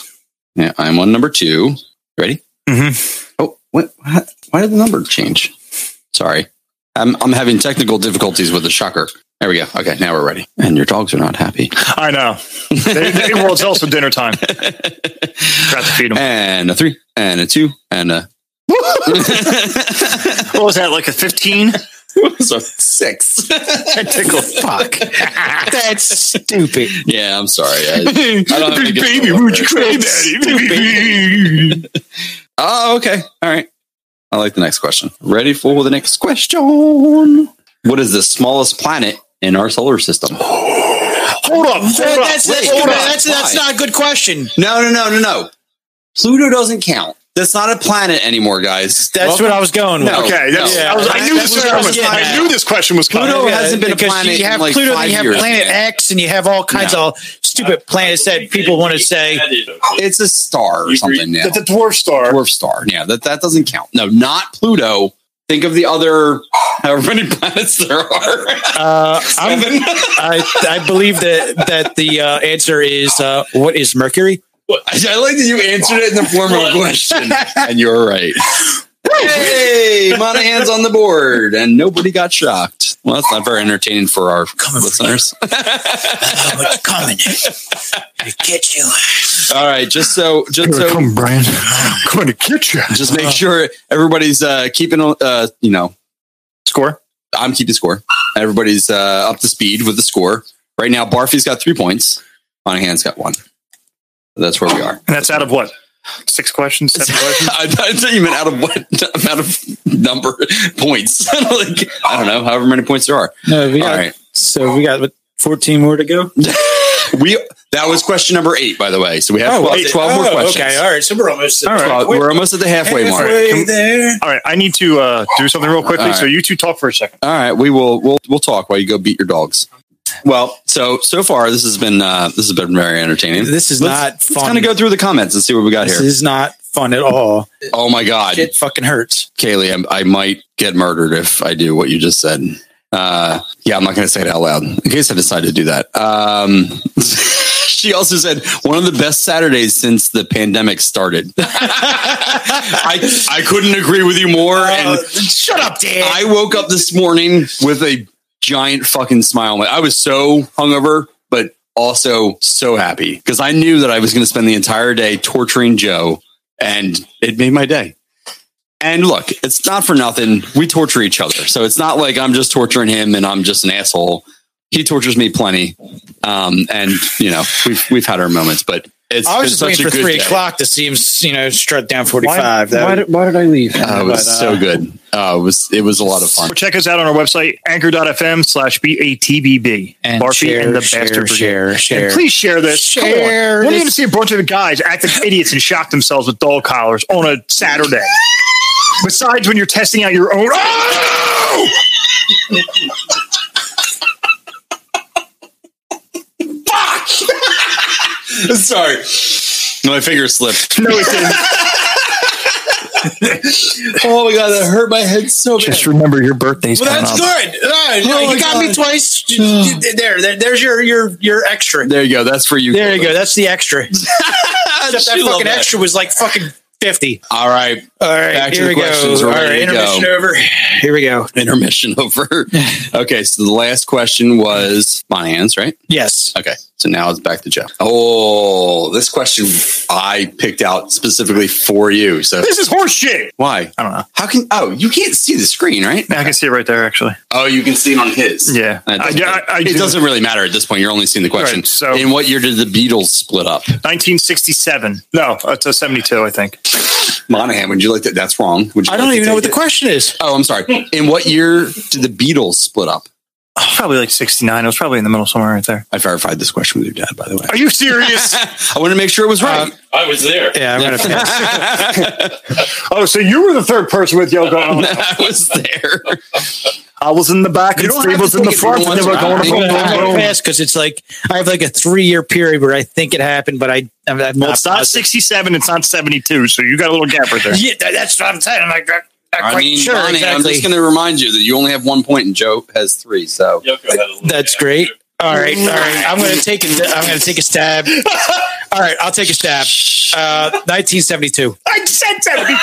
E: Yeah, I'm on number two. Ready?
F: Mm-hmm.
D: Mhm.
E: Oh, what? what- Why did the number change? Sorry. I'm, I'm having technical difficulties with the shocker. There we go. Okay, now we're ready. And your dogs are not happy.
D: I know. They- they- well, it's also dinner time. Forgot to feed them.
E: And a three, and a two, and a.
D: What was that? Like a fifteen?
E: so six.
D: Tickle. Fuck.
F: That's stupid.
E: Yeah, I'm sorry. I, I don't have any control
D: baby,
E: over
D: would
E: it.
D: you cry, daddy?
E: Oh, okay. All right. I like the next question. Ready for the next question? What is the smallest planet in our solar system?
D: Hold up. Hold
F: That-
D: up.
F: that's, that's,
E: wait,
F: that's, that's,
E: why?
F: not a good question.
E: No, no, no, no, no. Pluto doesn't count. That's not a planet anymore, guys.
F: That's what I was going with.
E: No.
D: Okay, that's,
E: Yeah.
D: I, was, I knew
F: That's
D: this was
F: what I was
D: coming.
F: getting
D: I
F: at.
D: knew this question was coming.
E: Pluto hasn't been a planet
F: You
E: in,
F: have
E: like,
F: Pluto,
E: five
F: you have
E: years,
F: Planet
E: man.
F: X, and you have all kinds
E: No.
F: of stupid planets that people want to say.
E: It's a star or
G: You
E: something now.
D: That's a dwarf star.
E: dwarf star. Yeah, that, that doesn't count. No, not Pluto. Think of the other however many planets there are.
F: Uh, I'm, I, I believe that that the uh, answer is uh, what is Mercury?
E: I like that you answered it in the form of a question. and you're right. Hey, Monahan's on the board, and nobody got shocked. Well, that's not very entertaining for our listeners.
F: What's coming? Get you.
E: All right, just so, just so,
D: Brian. I'm going to get you.
E: just
F: Uh.
E: make sure everybody's uh, keeping, uh, you know,
D: Score.
E: I'm keeping score. Everybody's uh, up to speed with the score right now. Barfy's got three points. Monahan's got one. That's where we are.
D: And that's out of what? Six questions? Seven questions?
E: I, I thought you meant out of what out of number points. like I don't know, however many points there are.
F: No, we
E: All
F: got,
E: right.
F: So we got what, 14 more to go.
E: We that was question number eight, by the way. So we have 12,
F: wait.
E: 12 more
F: Oh,
E: questions.
F: Okay, all right. So we're almost at
D: All right.
E: 12 we're almost at the halfway mark.
F: halfway there.
D: All right, I need to uh, do something real quickly.
E: All right.
D: So you two talk for a second.
E: All right, we will we'll we'll talk while you go beat your dogs. Well, so so far this has been uh, this has been very entertaining.
F: This is not
E: Let's
F: fun.
E: kind of go through the comments and see what we got
F: This
E: here.
F: is not fun at all.
E: oh my god,
F: It fucking hurts.
E: Kaylee, I'm, I might get murdered if I do what you just said. Uh, yeah, I'm not going to say it out loud in case I decide to do that. Um, she also said one of the best Saturdays since the pandemic started. I I couldn't agree with you more. and
F: Shut up, Dan.
E: I woke up this morning with a giant fucking smile. on my- I was so hungover, but also so happy because I knew that I was going to spend the entire day torturing Joe, and it made my day. And look, it's not for nothing. We torture each other, so it's not like I'm just torturing him and I'm just an asshole. He tortures me plenty, um, and you know we've we've had our moments, but it's
F: I
E: been
F: was just
E: such
F: waiting
E: a
F: for
E: good
F: three
E: day.
F: o'clock to see him, you know, strut down forty-five. That would-
D: why did I leave?
E: Uh, it was
F: But, uh,
E: so good. Uh, it was it was a lot of fun.
D: Check us out on our website, anchor.fm slash B-A-T-B-B.
F: and
D: Barfy
F: share,
D: and the
F: share,
D: Bastard Brigade.
F: share, share.
D: And please share this.
F: Share
D: Come on. When are you
F: this.
D: going to see a bunch of guys act like idiots and shock themselves with dog collars on a Saturday? Besides when you're testing out your own. Oh!
E: Sorry. My finger slipped.
D: No, it didn't.
E: Oh my god, that hurt my head so bad.
D: remember your birthday's
F: Well, that's good. Ah, no,
E: my
F: you got
D: uh,
F: me
E: God.
F: twice. there, there, there's your your your extra.
E: There you go. That's for you.
F: There you
E: Caleb.
F: go. That's the extra. Except that
E: She loved
F: fucking
E: that.
F: extra was like fucking fifty.
E: All right.
F: All right,
E: Back to
F: here
E: the
F: we go.
E: questions. We're
F: All right,
E: ready to
F: intermission
E: go.
F: over. Here we go.
E: Intermission over. okay, so the last question was my hands, right?
F: Yes.
E: Okay. So now it's back to Jeff. Oh, this question I picked out specifically for you. So
D: This is horseshit.
E: why?
D: I don't know.
E: How can oh you can't see the screen, right?
D: I can see it right there, actually.
E: Oh, you can see it on his.
D: Yeah.
E: That
D: I-
E: doesn't-
D: I- I
E: it
D: do.
E: doesn't really matter at this point. You're only seeing the question.
D: Right, so-
E: in what year did the Beatles split up?
D: 1967. No, it's a 72, I think.
E: Monahan, would you like that? That's wrong. Would you
F: I don't
E: like to
F: even know
E: take
F: what the
E: it?
F: question is.
E: Oh, I'm sorry. In what year did the Beatles split up?
D: Probably like 69. It was probably in the middle somewhere right there.
E: I verified this question with your dad, by the way.
D: Are you serious?
E: I want to make sure it
F: Uh,
E: was right.
G: I was there.
F: Yeah, I'm gonna finish.
D: oh, so you were the third person with yo going.
E: I was there.
D: I was in the back and
E: don't have
D: Steve
E: to
D: was in the
E: take it
D: front. And
E: once
D: they were
E: around.
D: going
E: You
D: boom,
E: don't
F: I'm
E: have
D: boom,
E: to
F: gonna
D: boom.
F: fast because it's like I have like a three year period where I think it happened, but I I'm, I'm
D: Well,
F: not
D: it's not
F: positive.
D: 67. It's not 72. So you got a little gap right there.
F: Yeah, that- that's what I'm saying. I'm like, not not
E: I
F: quite
E: mean,
F: sure
E: Bonnie, I'm
F: exactly.
E: just going to remind you that you only have one point and Joe has three. So
G: Yoko had a little
F: That's
G: bit.
F: great. All right, all right. I'm gonna take a, I'm gonna take a stab. All right, I'll take a stab. Uh, 1972.
D: I said 72.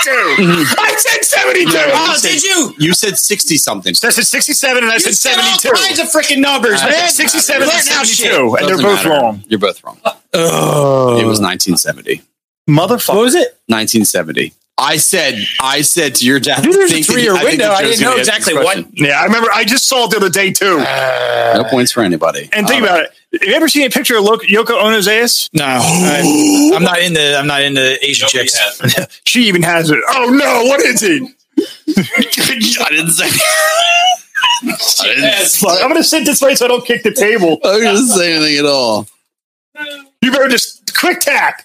D: I said 72.
E: Oh,
F: did you?
E: you said 60 something.
D: So I said 67 and I
F: You
D: said
F: said all
D: 72.
F: kinds of freaking numbers,
E: I
F: man.
E: said
D: 67
F: Learn
D: and
F: how shit.
D: 72. And they're
E: Doesn't
D: both
E: matter.
D: wrong.
E: You're both wrong.
F: Oh,
E: It was 1970.
D: Motherfucker.
F: What was it?
E: 1970. I said, I said to your dad,
F: Dude, there's a
E: think that
F: three-year
E: he- I think
F: window.
E: that
F: I
E: Joe's
F: didn't know
E: gonna get this
F: exactly
E: question.
F: what.
D: Yeah, I remember. I just saw it the other day, too.
F: Uh,
E: No points for anybody. Um,
D: And think
E: All
D: about it. Have you ever seen a picture of Lo- Yoko Ono's ass?
F: No, I'm, I'm not into. I'm not into Asian
G: Nobody
F: chicks.
G: has it.
D: She even has it. Oh no, what is he?
E: right. I didn't say
G: Yes.
D: I'm gonna sit this way so I don't kick the table.
E: I didn't say anything at all.
D: You better just quick tap.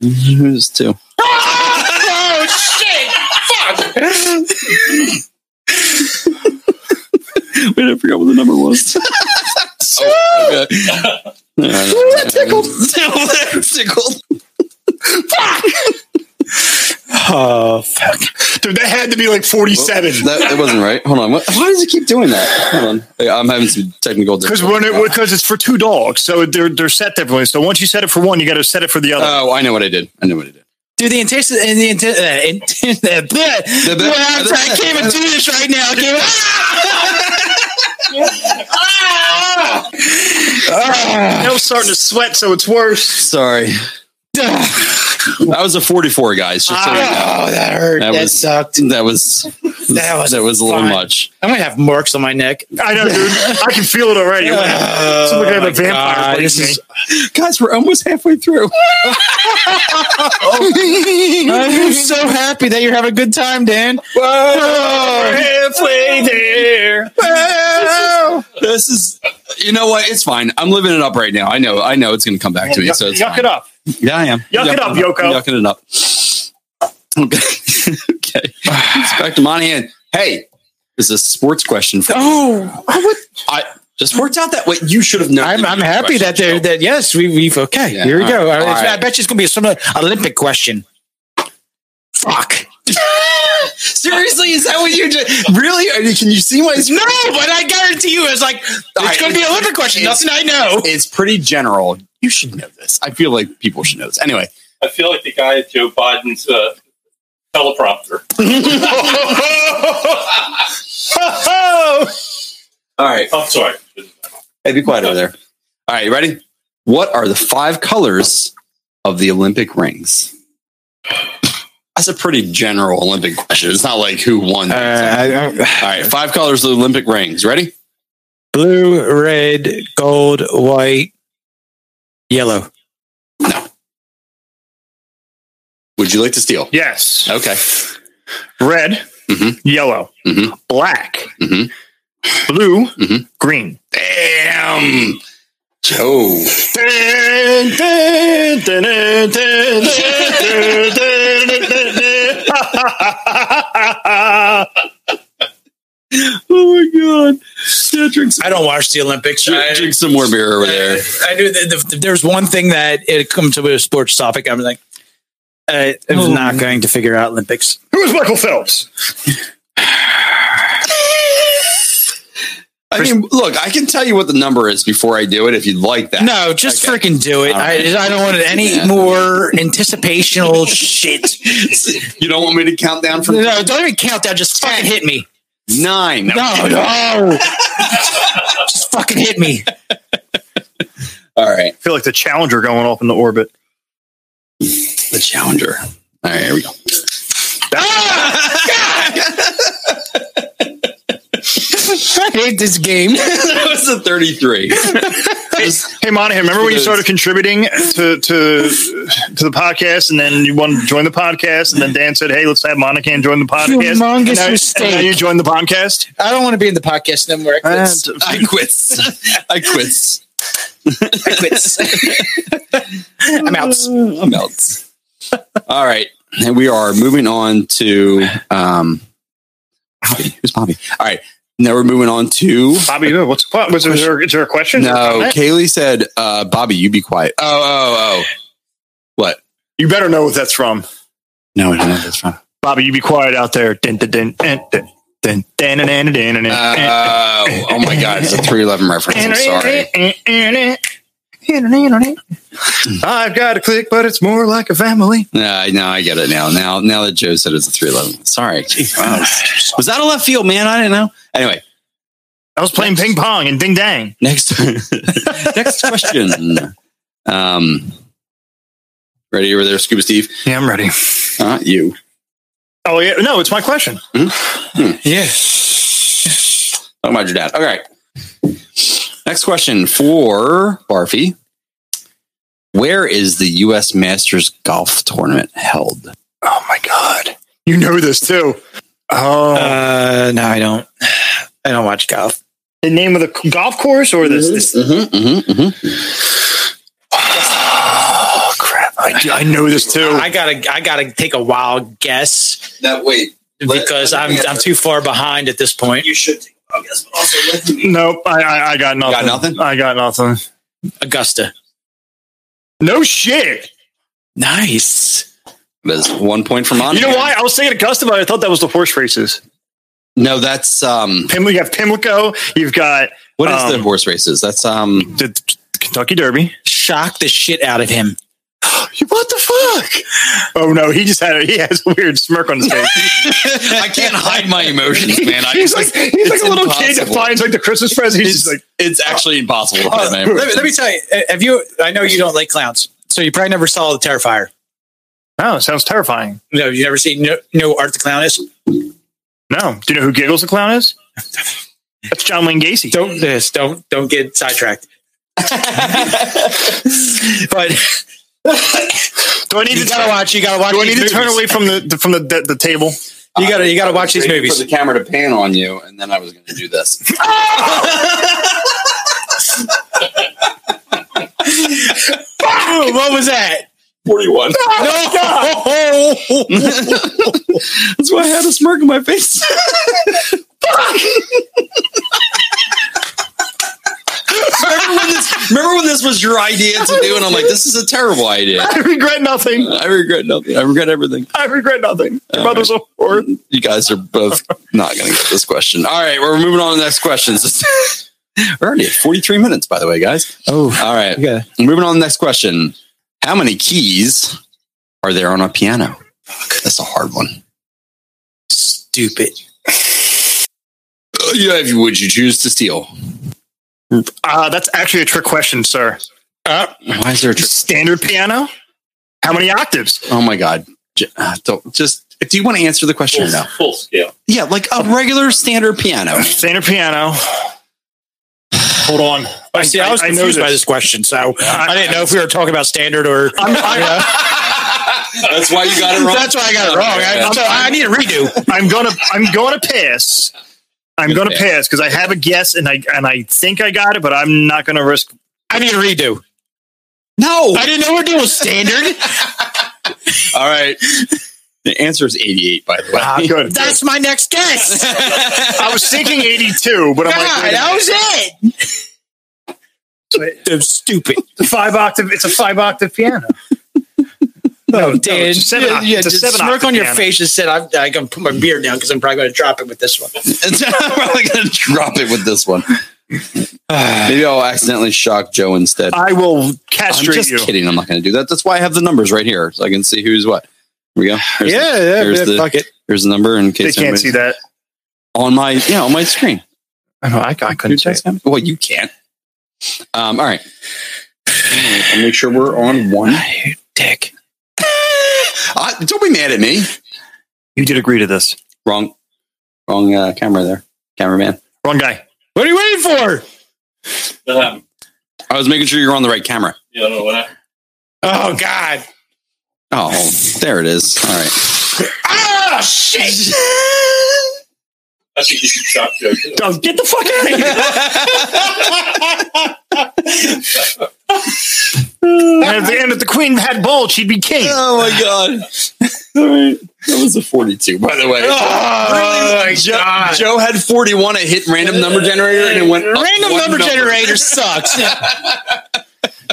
E: Who's two?
G: Oh shit! Fuck!
E: Wait, I forgot what the number was. oh, okay. that tickled. that tickled.
F: Oh, fuck.
D: Dude, that had to be like 47.
E: That, that wasn't right. Hold on. What, why does it keep doing that? Hold on. Hey, I'm having some technical
D: Because
E: difficulties.
D: when it because it's for two dogs, so they're they're set differently. So once you set it for one, you got to set it for the other.
E: oh, I know what I did. I know what I did.
F: Dude, the intensity and the intensity. Uh, in- the bleh.
E: bleh.
F: Well, I'm sorry, I can't even do this right now. I can't. Ah!
D: now it's Uh, starting to sweat, so it's worse.
E: Sorry.
F: Ah!
E: That was a 44, guys. Just so you know.
F: Oh, that hurt.
E: That
F: That,
E: was-
F: sucked.
E: That was that was
F: That was
E: that was a little
F: fun.
E: much.
F: I'm gonna have marks on my neck.
D: I know, dude. I can feel it already. it's like I'm a
F: Oh my
D: vampire.
F: God,
D: biting
F: this
D: me.
F: is-
E: Guys, we're almost halfway through.
F: I'm so happy that you're having a good time, Dan.
D: halfway there.
E: This is you know what? It's fine. I'm living it up right now. I know. I know it's going to come back to me.
D: Yuck,
E: So it's
D: yuck
E: fine.
D: it up.
E: Yeah, I am.
D: Yuck it up, Yoko.
E: Yucking it up. Okay. okay. It's back to my hand. Hey, this is a sports question. For
F: Oh, I would.
E: I just worked out that way. You should have known.
F: I'm,
E: the
F: I'm happy
E: question,
F: that they're
E: Joe.
F: that. Yes, we we've okay.
E: Yeah,
F: here we
E: all
F: go.
E: right,
F: I,
E: all
F: I
E: right.
F: bet you it's gonna be some Olympic question. Fuck.
E: Seriously, is that what you did? Really? Are you- Can you see my
F: No, but I guarantee you, it's like
E: All right,
F: it's gonna be an Olympic question.
E: it's-
F: Nothing I know.
E: It's pretty general. You should know this. I feel like people should know this. Anyway,
G: I feel like the guy at Joe Biden's uh, teleprompter.
E: all right.
G: Oh, I'm sorry.
E: Hey, be quiet over there. All right, you ready? What are the five colors of the Olympic rings? That's a pretty general Olympic question. It's not like who won.
F: Uh, I- I-
E: All right, five colors of the Olympic rings. Ready?
F: blue, red, gold, white, yellow.
E: Would you like to steal?
D: Yes. Mm-hmm.
E: Okay.
D: Red,
E: Mhm.
D: yellow,
E: Mhm.
D: black,
E: Mhm.
D: blue,
E: Mhm.
D: green.
E: Damn. Joe. Oh my God. Yeah, drink some,
F: I don't watch the Olympics. I,
E: drink some more beer over there.
F: I knew that the, there's one thing that it comes to a sports topic. I'm like, uh, I'm not going to figure out Olympics.
D: Who is Michael Phelps?
E: I mean, look, I can tell you what the number is before I do it if you'd like that.
F: No, just freaking do it.
E: All right.
F: I, I don't want any
E: Yeah.
F: more anticipational shit.
E: You don't want me to count down from
F: No, don't even count that. Just fucking hit me.
E: nine.
F: No, no. just fucking hit me.
E: All right.
D: I feel like the Challenger going off into orbit.
E: The Challenger. All right, here we go. Ah!
F: I hate this game.
E: that was a 33.
D: Hey Monahan, remember when you
E: It is.
D: started contributing to to to the podcast, and then you wanted to join the podcast, and then Dan said, "Hey, let's have Monahan join the podcast."
F: Humongous
D: and now, And now
F: mistake.
D: you joined the podcast.
F: I don't want to be in the podcast no more. I quit.
D: And-
E: I quits. I quits.
F: I quit. I'm out.
E: I'm out. All right. And we are moving on to um Bobby. Who's Bobby? All right. Now we're moving on to
D: Bobby, what's what, was there, is there- is there a question?
E: No,
D: Comment?
E: Kaylee said, uh, Bobby, you be quiet. Oh, oh, oh. What?
D: you better know what that's from.
E: No, I don't know what that's from.
D: Bobby, you be quiet out there. Dun, dun, dun, dun, dun, dun, dun, dun, dun, dun, dun,
E: Uh,
D: dun.
E: oh, oh my god, it's a 311 reference. I'm sorry.
D: I've got a click, but it's more like a family.
E: No, no, I get it now. Now, now that Joe said it's a 311. Sorry. Jeez, wow. Was that a left field, man? I didn't know. Anyway,
D: I was playing ping pong and ding dang.
E: next next question. Um, ready over there, Scuba Steve?
D: Yeah, I'm ready.
E: Not you.
D: Oh yeah, no, it's my question.
F: Yeah.
E: Talking about your dad. All right. Next question for Barfy. Where is the U.S. Masters golf tournament held?
D: Oh my god, you know this too. Oh,
F: Uh, no, I don't. I don't watch golf.
D: The name of the c- golf course or this? this
E: Mm-hmm, mm-hmm, mm-hmm.
D: oh, crap. I, do- I know this too.
F: I gotta I gotta take a wild guess
H: Now wait, Let-
F: because
H: let
F: I'm
H: me
F: I'm
H: answer.
F: too far behind at this point.
H: you should take a guess, but also let me.
D: nope. I, I, I got nothing.
E: nothing?
D: I got nothing.
F: Augusta.
D: No shit.
F: Nice.
E: There's one point for Monica.
D: You know why? I was thinking Augusta, but I thought that was the horse races.
E: No, that's um.
D: Pim- you have Pimlico. You've got
E: What is
D: Um,
E: the horse races? That's um.
D: the Kentucky Derby.
F: Shock the shit out of him.
D: What the fuck? Oh no, he just had a, he has a weird smirk on his face.
E: I can't hide my emotions, man. I,
D: he's like he's like
E: it's
D: a little kid that
E: impossible.
D: finds like the Christmas present. He's
E: It's,
D: just like
E: it's actually impossible to hide my
F: let, me,
E: emotions.
F: let me tell you. uh, Have you? I know you don't like clowns, so you probably never saw the Terrifier.
D: Oh, sounds terrifying.
F: No, you never seen no, no Art the Clown is.
D: No. Do you know who Giggles the Clown is? That's John Wayne Gacy.
F: Don't this. Don't don't get sidetracked. but
D: Do I need
F: you
D: to
F: gotta
D: turn,
F: watch. You gotta watch.
D: do I
F: these
D: need to turn
F: movies.
D: away from the, the from the, the, the table?
F: You gotta you gotta watch these
E: Waiting
F: movies.
E: For the camera to pan on you, and then I was going to do this.
F: Ooh, what was that?
E: Forty-one.
F: No.
E: That's why I had a smirk on my face. remember, when this, remember when this was your idea to do, and I'm like, this is a terrible idea.
D: I regret nothing.
E: I regret nothing. I regret everything.
D: I regret nothing. Your mother's a whore.
E: You guys are both not going to get this question. All right, we're moving on to the next questions. we're already at 43 minutes, by the way, guys.
F: Oh.
E: All right,
F: Yeah.
E: moving on to the next question. How many keys are there on a piano? That's a hard one.
F: Stupid.
E: Yeah, if you- would you choose to steal?
D: Uh, that's actually a trick question, sir.
E: Why is there a tr-
D: Standard piano? How many octaves?
E: Oh my god! J- uh, don't just. Do you want to answer the question
G: Full,
E: or no?
G: full scale.
E: Yeah, like a regular standard piano.
D: Standard piano. Hold on.
F: I Oh, see. I was confused by this question, so I didn't know if we were talking about standard or.
E: That's why you got it wrong.
F: That's why I got it wrong. I, so I need a redo.
D: I'm gonna I'm gonna pass. I'm gonna
E: Okay.
D: pass because I have a guess and I and I think I got it, but I'm not gonna risk.
F: I need a redo.
E: no.
F: I didn't know we're doing standard.
E: All right. The answer is eighty-eight. By the way,
D: good.
F: That's my next guess.
D: I was thinking 82, but I'm like, wait a minute.
F: was it. stupid.
D: five octave. It's a five octave piano.
F: No,
D: no,
F: Dan.
D: it's a seven
F: yeah,
D: oct-
F: yeah,
D: it's a
F: just
D: seven
F: smirk
D: octave
F: on your
D: piano.
F: face and said, I'm, I can put my beard down because I'm probably going to drop it with this one.
E: I'm probably gonna drop it with this one. Maybe I'll accidentally shock Joe instead.
D: I will
E: I'm
D: castrate
E: just
D: you.
E: kidding. I'm not gonna do that. That's why I have the numbers right here, so I can see who's what. Here we go. Here's the, here's the,
F: it.
E: here's the number in
D: They
E: case
D: can't see
E: anybody-
D: that.
E: on my yeah on my screen.
D: I know. I, I couldn't say.
E: Well, you can't. Um, all right. I'll make sure we're on one.
F: Dick.
E: Uh, don't be mad at me.
D: You did agree to this.
E: Wrong, wrong uh, camera there, cameraman.
D: Wrong guy.
F: What are you waiting for?
G: That happened.
E: I was making sure you're on the right camera.
G: Yeah, I don't Um, know what happened.
F: Oh, God.
E: Oh, there it is. All right.
F: Oh, shit.
G: I think you should shock Joe. too.
D: Oh, get the fuck out of here. and, if the, and if the queen had bulge, she'd be king.
E: Oh my god. All right. That was a 42, by the way.
F: Oh, my
E: Joe,
F: God.
E: Joe had 41. I hit random number generator and it went up
F: Random
E: one
F: number, generator sucks. I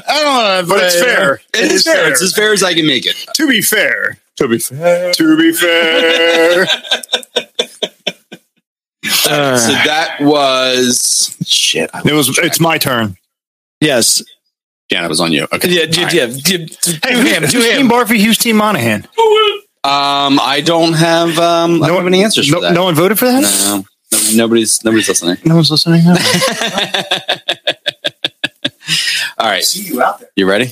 F: don't know,
D: But it's fair.
E: It is fair. It's as fair as I can make it.
D: To be fair. To be fair. To be fair.
E: So that was shit. I-
D: it was. It's my turn.
F: yes.
E: Janet was on you. Okay.
F: Yeah,
E: All
F: yeah,
E: right.
F: yeah. yeah. Do
D: Hey, who's,
F: him. Do
D: who's Team
F: him.
D: Barfy? Who's Team Monahan?
E: Um, I don't have um, I don't have any answers
D: No,
E: for that.
D: no one voted for that.
E: no, no, nobody's nobody's listening.
D: No one's listening.
E: All right,
H: See you out there.
E: you ready?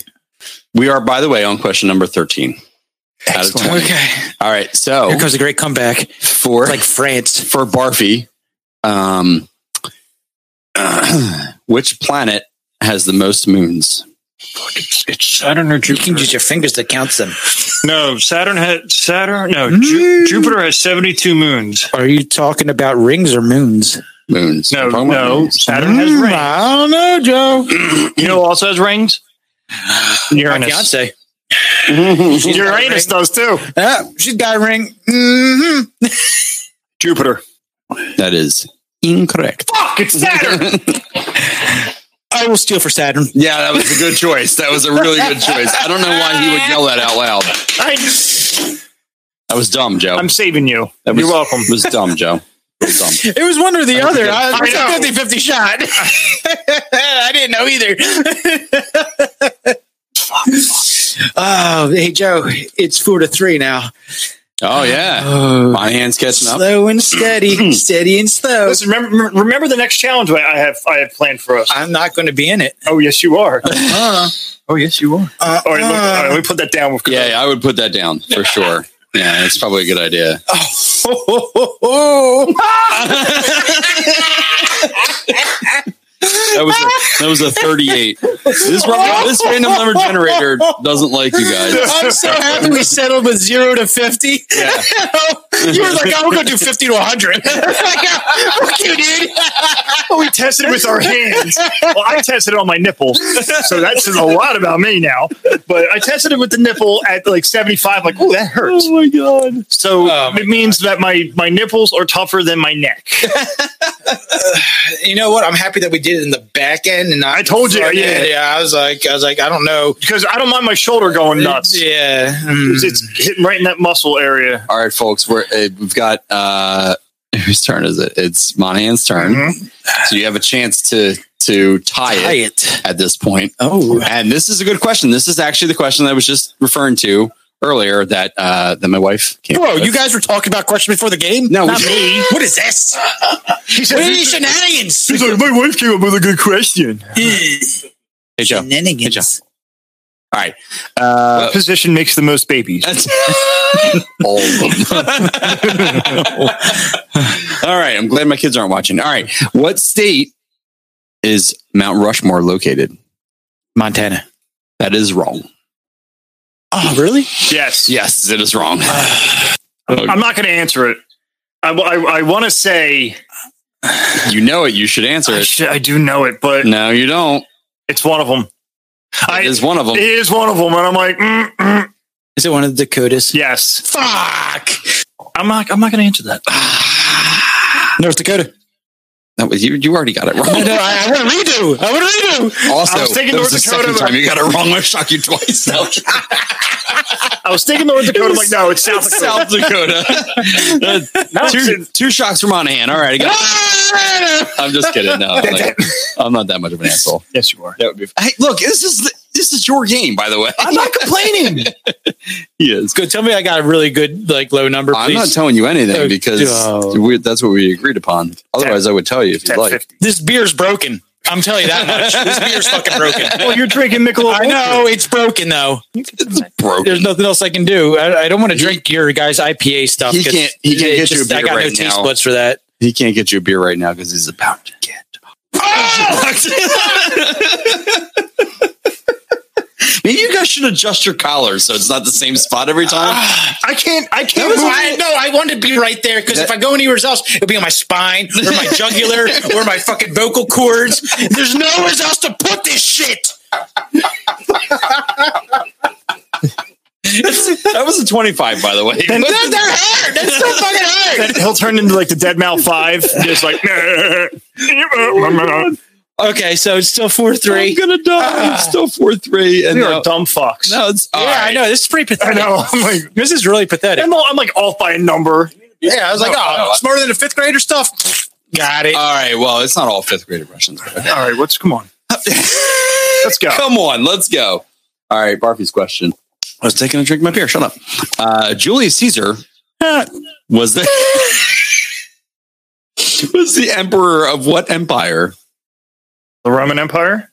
E: We are, by the way, on question number thirteen. Out of 20.
F: Okay.
E: All right, so
F: Here comes a great comeback.
E: for
F: Like France.
E: for Barfy, um, which planet has the most moons?
D: Saturn or
F: You can use your fingers to count them.
D: No, Saturn had Mm. Saturn. No, Ju- Jupiter has seventy-two moons.
F: Are you talking about rings or moons?
E: moons.
D: No,
E: I'm talking about
D: no.
E: moons.
D: Saturn has
F: Mm,
D: rings.
F: I don't know, Joe.
D: You know, who also has rings.
F: My
D: Uranus.
F: fiance.
D: Uranus does too.
F: Ah, she's got a ring. hmm
D: Jupiter.
E: That is incorrect.
D: Fuck! It's Saturn.
F: I will steal for Saturn.
E: Yeah, that was a good choice. That was a really good choice. I don't know why he would yell that out loud.
D: I,
E: That was dumb, Joe.
D: am saving you.
E: that was,
D: You're welcome.
E: It was dumb, Joe. It was dumb.
F: It was one or the
E: I
F: other.
E: know.
F: I, it's
D: I know.
F: a 50 50 shot. I didn't know either. oh, hey, Joe, it's four to three now.
E: Oh yeah,
F: Oh,
E: my hands catching up.
F: slow and steady, steady and slow.
D: Listen, remember, remember the next challenge I I have I have planned for us.
F: I'm not going to be in it.
D: Oh yes, you are.
F: Uh,
D: Oh yes, you are.
F: uh,
D: All right, look, all right,
F: uh.
D: let me put that down.
E: Yeah, yeah, I would put that down for sure. Yeah, it's probably a good idea. That was a, that was a 38. This random, this random number generator doesn't like you guys.
F: I'm so happy we settled with zero to 50.
E: Yeah.
F: you were like, I'm going to do 50 to 100. Fuck you, dude.
D: we tested it with our hands. Well, I tested it on my nipples, so that says a lot about me now. But I tested it with the nipple at like 75. Like, oh, that hurts. Oh my god! So
F: Oh, my
D: it means that my my nipples are tougher than my neck.
F: You know what? I'm happy that we did it in the back end. And not
D: I told you,
F: front
D: yeah.
F: end. yeah. I was like, I was like, I don't know.
D: because I don't mind my shoulder going nuts.
F: Yeah.
D: It's, it's hitting right in that muscle area.
E: All right, folks, we're uh, we've got uh whose turn is it? It's Monahan's turn.
F: Mm-hmm.
E: So you have a chance to to tie it,
F: Diet.
E: at this point.
F: Oh.
E: And this is a good question. This is actually the question that I was just referring to earlier that uh that my wife came.
F: Bro,
E: up with.
F: Oh, you guys were talking about questions before the game?
E: No,
F: Not
E: we-
F: me. What is this?
D: He
F: What
D: said,
F: are these shenanigans?
D: he's like, my wife came up with a good question.
E: Hey, Joe.
F: Shenanigans.
E: All right. Uh,
D: what Uh, position makes the most babies?
E: That's all of them. all right. I'm glad my kids aren't watching. All right. What state is Mount Rushmore located?
F: Montana.
E: That is wrong.
F: Oh, really?
D: Yes.
E: Yes, it is wrong.
D: I'm not going to answer it. I, I, I want to say
E: you know it. You should answer
D: I,
E: it.
D: should, I do know it, but
E: No, you don't.
D: it's one of them. I,
E: It is one of them.
D: it is one of them, and I'm like, mm, mm,
F: Is it one of the Dakotas?
D: yes.
F: Fuck.
D: I'm not. I'm not going to answer that.
F: North Dakota.
E: That was- you, you already got it
F: No,
E: wrong.
F: I, I want to redo. I want to redo.
E: Also,
D: I was thinking
E: that was
D: North
E: the
D: Dakota,
E: second
D: but-
E: time you got it wrong. I shocked you twice. That was
D: I was thinking North Dakota. I'm like, no, it's South Dakota.
E: South Dakota.
D: No,
E: two, two shocks for Monahan. All right, I got I'm just kidding. No, like, I'm not that much of an asshole.
D: yes, you are.
E: That would be. Hey, look, this is the, this is your game, by the way. I'm not complaining. he is.
F: Good. Tell me I got a really good, like, low number,
E: I'm not
F: please.
E: telling you anything
F: Oh,
E: because
F: Joe.
E: we, that's what we agreed upon. Otherwise, I would tell you if you'd
D: Ten
E: like.
D: fifty.
F: this beer's broken. I'm telling you that much. this beer's fucking broken.
D: Well, you're drinking Michelob.
F: I know it's broken though.
E: It's broken.
F: There's nothing else I can do. I, I don't want to drink your guys' IPA stuff.
E: he
F: 'cause
E: can't- he can't
F: it
E: get you a beer
F: I got no
E: right
F: taste
E: now.
F: buds for that.
E: He can't get you a beer right now because he's about to get. Maybe you guys should adjust your collar so it's not the same spot every time.
D: I can't. I can't. move
F: I, no, I want to be right there because if I go anywhere else, it'll be on my spine or my jugular or my fucking vocal cords. There's nowhere else to put this shit.
E: that was a 25, by the way.
F: But they're, they're hard. That's so fucking hard.
D: Then he'll turn into like the dead mouth five, just like. we
F: Okay, so it's still four Ah.
E: I'm gonna die. It's still four three, and
D: are
E: now,
D: dumb fucks.
E: now it's
F: Yeah,
E: all right.
F: I know. This is pretty
D: I
F: pathetic.
D: know. I'm like,
F: This is really pathetic.
D: I'm, all, I'm like off by a number.
F: Yeah, I was like,
E: No,
F: oh,
E: no.
F: smarter than a fifth grader stuff. Got it.
E: All right. Well, it's not all fifth grader Russians. But okay.
D: All right, what's come on? Let's go.
E: Come on, let's go. All right, Barfy's question. I was taking a drink of my beer. Shut up. Uh, Julius Caesar was the was the emperor of what empire?
D: The Roman Empire.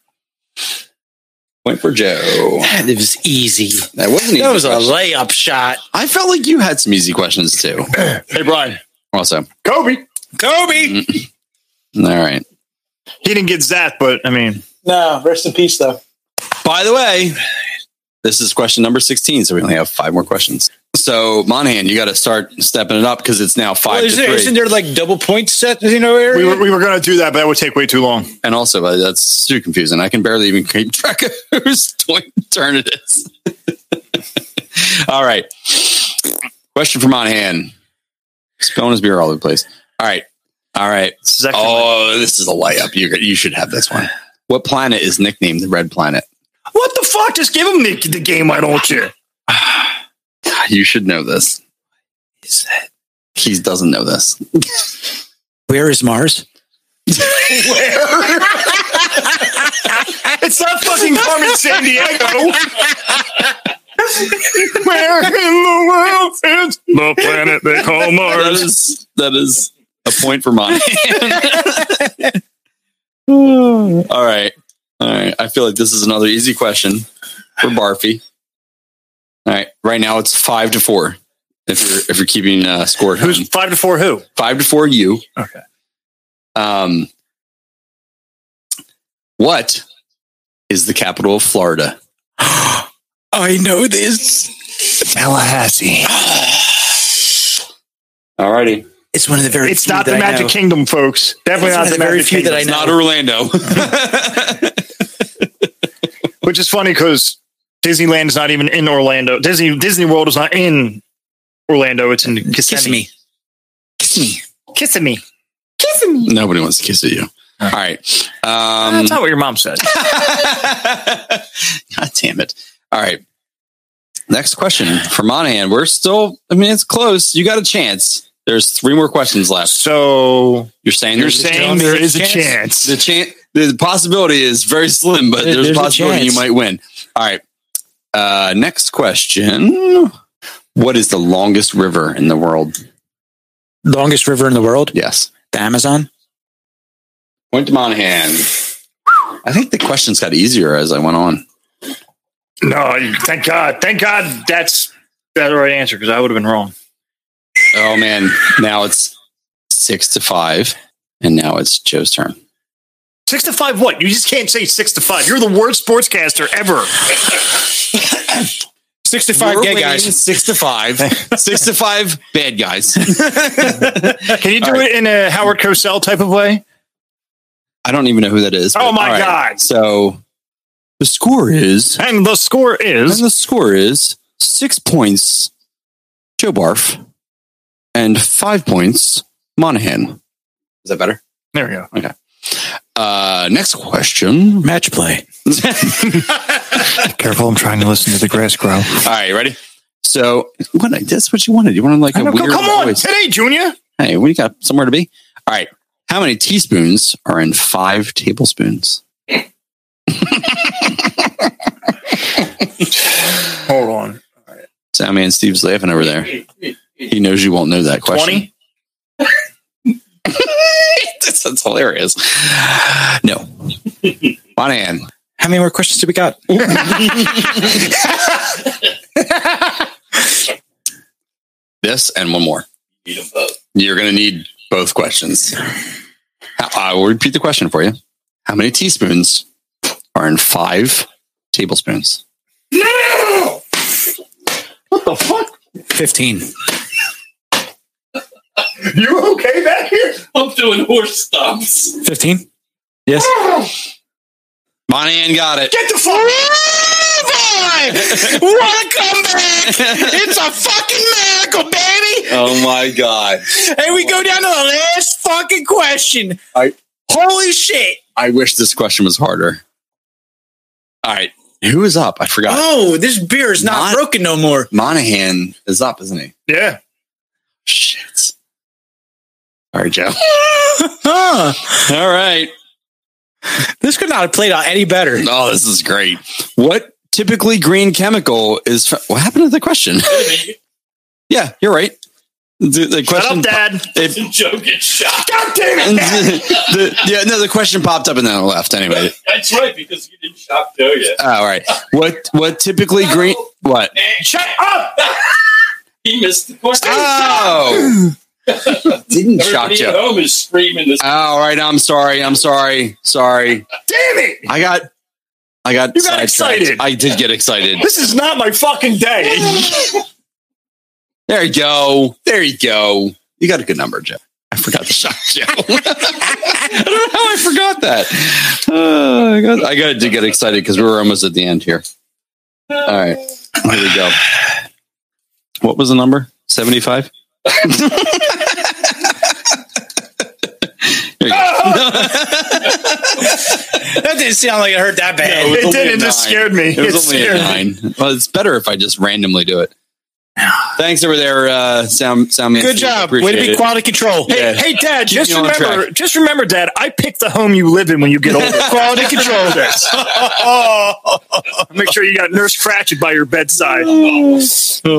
E: Went for Joe.
F: That was easy.
E: That wasn't.
F: That was a
E: question.
F: layup shot.
E: I felt like you had some easy questions too.
D: Hey, Brian.
E: Also, all
D: Kobe.
E: Mm-hmm.
F: Kobe.
E: right.
D: He didn't get zapped, but I mean,
F: No, rest in peace, though.
E: By the way, This is question number 16, so we only have five more questions. So, Monahan, you got to start stepping it up because it's now five
F: Well,
E: to
F: is
E: three.
F: there, isn't there like double point set? You know, area?
D: We were, we were going to do that, but that would take way too long.
E: and also, uh, that's too confusing. I can barely even keep track of whose to- turn it is. All right. Question for Monahan. Spelling his beer all over the place. All right. All right.
D: This is actually-
E: Oh, this is a layup. You, you should have this one. What planet is nicknamed the Red Planet?
D: What the fuck? Just give him the, the game, why don't you?
E: You should know this. He doesn't know this.
F: Where is Mars?
D: It's not fucking Carmen San Diego. Where in the world is the planet they call
E: That
D: Mars?
E: is that is a point for mine. All right. All right. I feel like this is another easy question for Barfy. All right. Right now it's five to four. If you're if you're keeping uh, score, at home.
D: Who's five to four? Who?
E: five to four you.
D: Okay.
E: Um what is the capital of Florida?
F: I know this.
D: Tallahassee.
E: Alrighty.
F: It's one of the very.
D: It's
F: few
D: not
F: that
D: the
F: I
D: Magic
F: know.
D: Kingdom, folks. Definitely
F: It's
D: not
F: one
D: the,
F: of the very
D: Magic
F: few that
D: Kingdom.
F: I know.
E: Not Orlando.
D: Which is funny because Disneyland is not even in Orlando. Disney Disney World is not in Orlando. It's in
F: Kiss
D: Kissimmee.
F: me. Kiss me.
D: Kissimmee.
E: Nobody wants to kiss at you. All right. Um,
D: That's not what your mom said.
E: God damn it. All right. Next question for Monahan. We're still, I mean, it's close. You got a chance. There's three more questions left.
D: So
E: You're saying
D: you're
E: there's
D: saying there is a chance.
E: the chance, the possibility is very slim, but
F: There-
E: there's,
F: there's
E: a
F: a
E: possibility you
F: chance.
E: might win. All right. Uh, next question. What is the longest river in the world?
F: Longest river in the world,
E: Yes.
F: the Amazon.
E: Point to Monahan. I think the questions got easier as I went on.
D: No, you- thank God. Thank God that's that's the right answer because I would have been wrong.
E: Oh man, now it's six to five, and now it's Joe's turn.
D: Six to five, what? You just can't say six to five. You're the worst sportscaster ever.
F: Sixty-five gay guys.
E: six to five, six to five bad guys.
D: Can you do
E: All right.
D: it in a Howard Cosell type of way?
E: I don't even know who that is.
D: Oh, my
E: all
D: God.
E: So the score is,
D: And the score
E: and
D: is
E: the score is six points, Joe Barf, and five points, Monahan. Is that better?
D: there. We go.
E: Uh, next question.
F: Match play.
D: Careful, I'm trying to listen to the grass grow.
E: All right, ready? So, what? That's what you wanted. You wanted like a
D: Come,
E: weird
D: come on,
E: voice.
D: today, Junior.
E: Hey, we got somewhere to be. All right. How many teaspoons are in five tablespoons?
D: Hold on,
E: Sound man Steve's laughing over there. He knows you won't know that question.
D: 20?
E: That's, that's hilarious. No. Monahan.
F: How many more questions do we got?
E: This and one more.
G: Eat them both.
E: You're going to need both questions. I will repeat the question for you. How many teaspoons are in five tablespoons?
F: Fifteen.
G: I'm doing horse stops.
F: Fifteen. Yes.
E: Monahan got it.
D: Get the fuck.
F: what a comeback! It's a fucking miracle, baby.
E: oh my God.
F: And we go down to the last fucking question.
E: I-
F: Holy shit!
E: I wish this question was harder. All right. Who is up? I forgot.
F: Oh, this beer is not,
E: Not-
F: broken no more.
E: Monahan is up, isn't he?
D: Yeah,
E: Shit. All right, Joe.
F: Huh.
E: All right.
F: This could not have played out any better.
E: Oh, this is great. What typically green chemical is. What happened to the question? yeah, you're right. The, the
D: shut up,
E: question.
D: Dad.
E: it-
G: Joe gets shot.
D: God damn it!
E: the- yeah, no, the question popped up and then I left anyway.
G: That's right, because you didn't shop Joe yet.
E: Oh, all right. What what typically green. What?
D: Shut up.
G: He missed the question.
E: Oh! Didn't shock
G: Everybody
E: you.
G: at home is screaming this.
E: All right, I'm sorry. I'm sorry. Sorry.
D: Damn it!
E: I got I got,
D: You got
E: sidetracked.
D: excited.
E: I did get excited.
D: This is not my fucking day.
E: There you go. There you go. You got a good number, Joe. I forgot the shock, Joe. I don't know how I forgot that. Uh, I got I got to get excited because we were almost at the end here. All right, here we go. What was the number? Seventy-five. There you
F: Oh,
E: go.
F: That didn't sound like it hurt that bad.
E: was
D: it
E: only
D: did.
E: a
D: It just
E: nine.
D: scared me.
E: It was only a
D: scared me.
E: nine. Well, it's better if I just randomly do it. Thanks over there, uh, sound sound man.
F: Good
E: Steve.
F: job. Way
E: Appreciate
F: to be
E: it.
F: quality control.
D: Hey,
E: Yeah.
D: hey, Dad,
E: Keep
D: just
E: me on
D: remember, just remember, Dad, I pick the home you live in when you get older.
F: Quality control.
D: Make sure you got Nurse Cratchit by your bedside.
E: Oh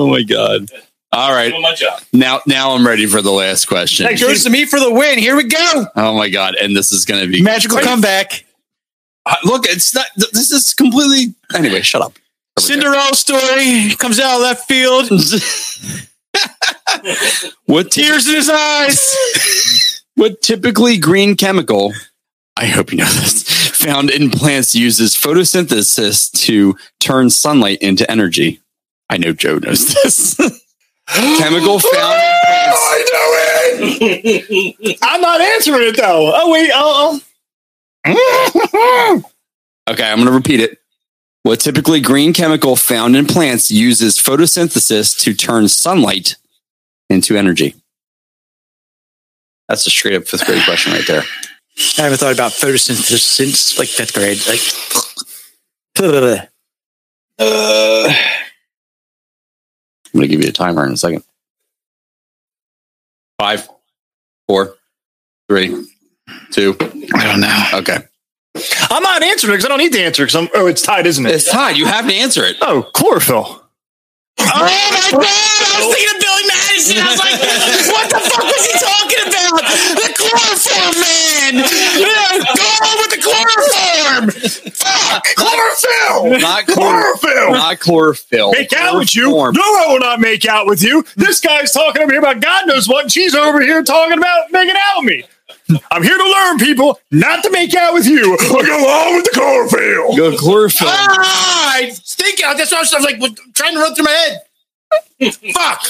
E: my god. All right.
G: Doing my job.
E: Now, now I'm ready for the last question.
D: Thanks,
F: Goes to me for the win. Here we go.
E: Oh my god! And this is going to be
F: Magical comeback.
E: Uh, Look, it's not. th- This is completely. Anyway, shut up.
F: Cinderella story comes out of left field.
E: What ti-
F: Tears in his eyes.
E: what typically green chemical? I hope you know this. Found in plants uses photosynthesis to turn sunlight into energy. I know Joe knows this. chemical found. in plants-
D: I'm not answering it though. Oh wait, uh. oh,
E: Okay, I'm going to repeat it. What typically green chemical found in plants uses photosynthesis to turn sunlight into energy. That's a straight up fifth grade question right there.
F: I haven't thought about photosynthesis since like fifth grade. Like, Bleh.
E: I'm going to give you a timer in a second. Five, four, three, two.
F: I don't know.
E: Okay.
D: I'm not answering it because I don't need to answer because I'm. Oh, it's tied, isn't it?
E: It's Todd. You have to answer it.
D: Oh, chlorophyll.
F: Oh my god! I was thinking of Billy Madison. I was like, what the fuck was he talking about? The chloroform man! Yeah, Go on with the chloroform! Fuck!
D: Chlorophyll.
E: Not chlor-
D: Chlorophyll.
E: not chlorophyll.
D: Make out with you?
E: Chloroform.
D: No, I will not make out with you. This guy's talking over here about God knows what. and She's over here talking about making out with me. I'm here to learn, people, not to make out with you. I go on with the chlorophyll.
E: Go chlorophyll.
F: Ah, I was thinking that's what I was, I was like was trying to run through my head. Fuck!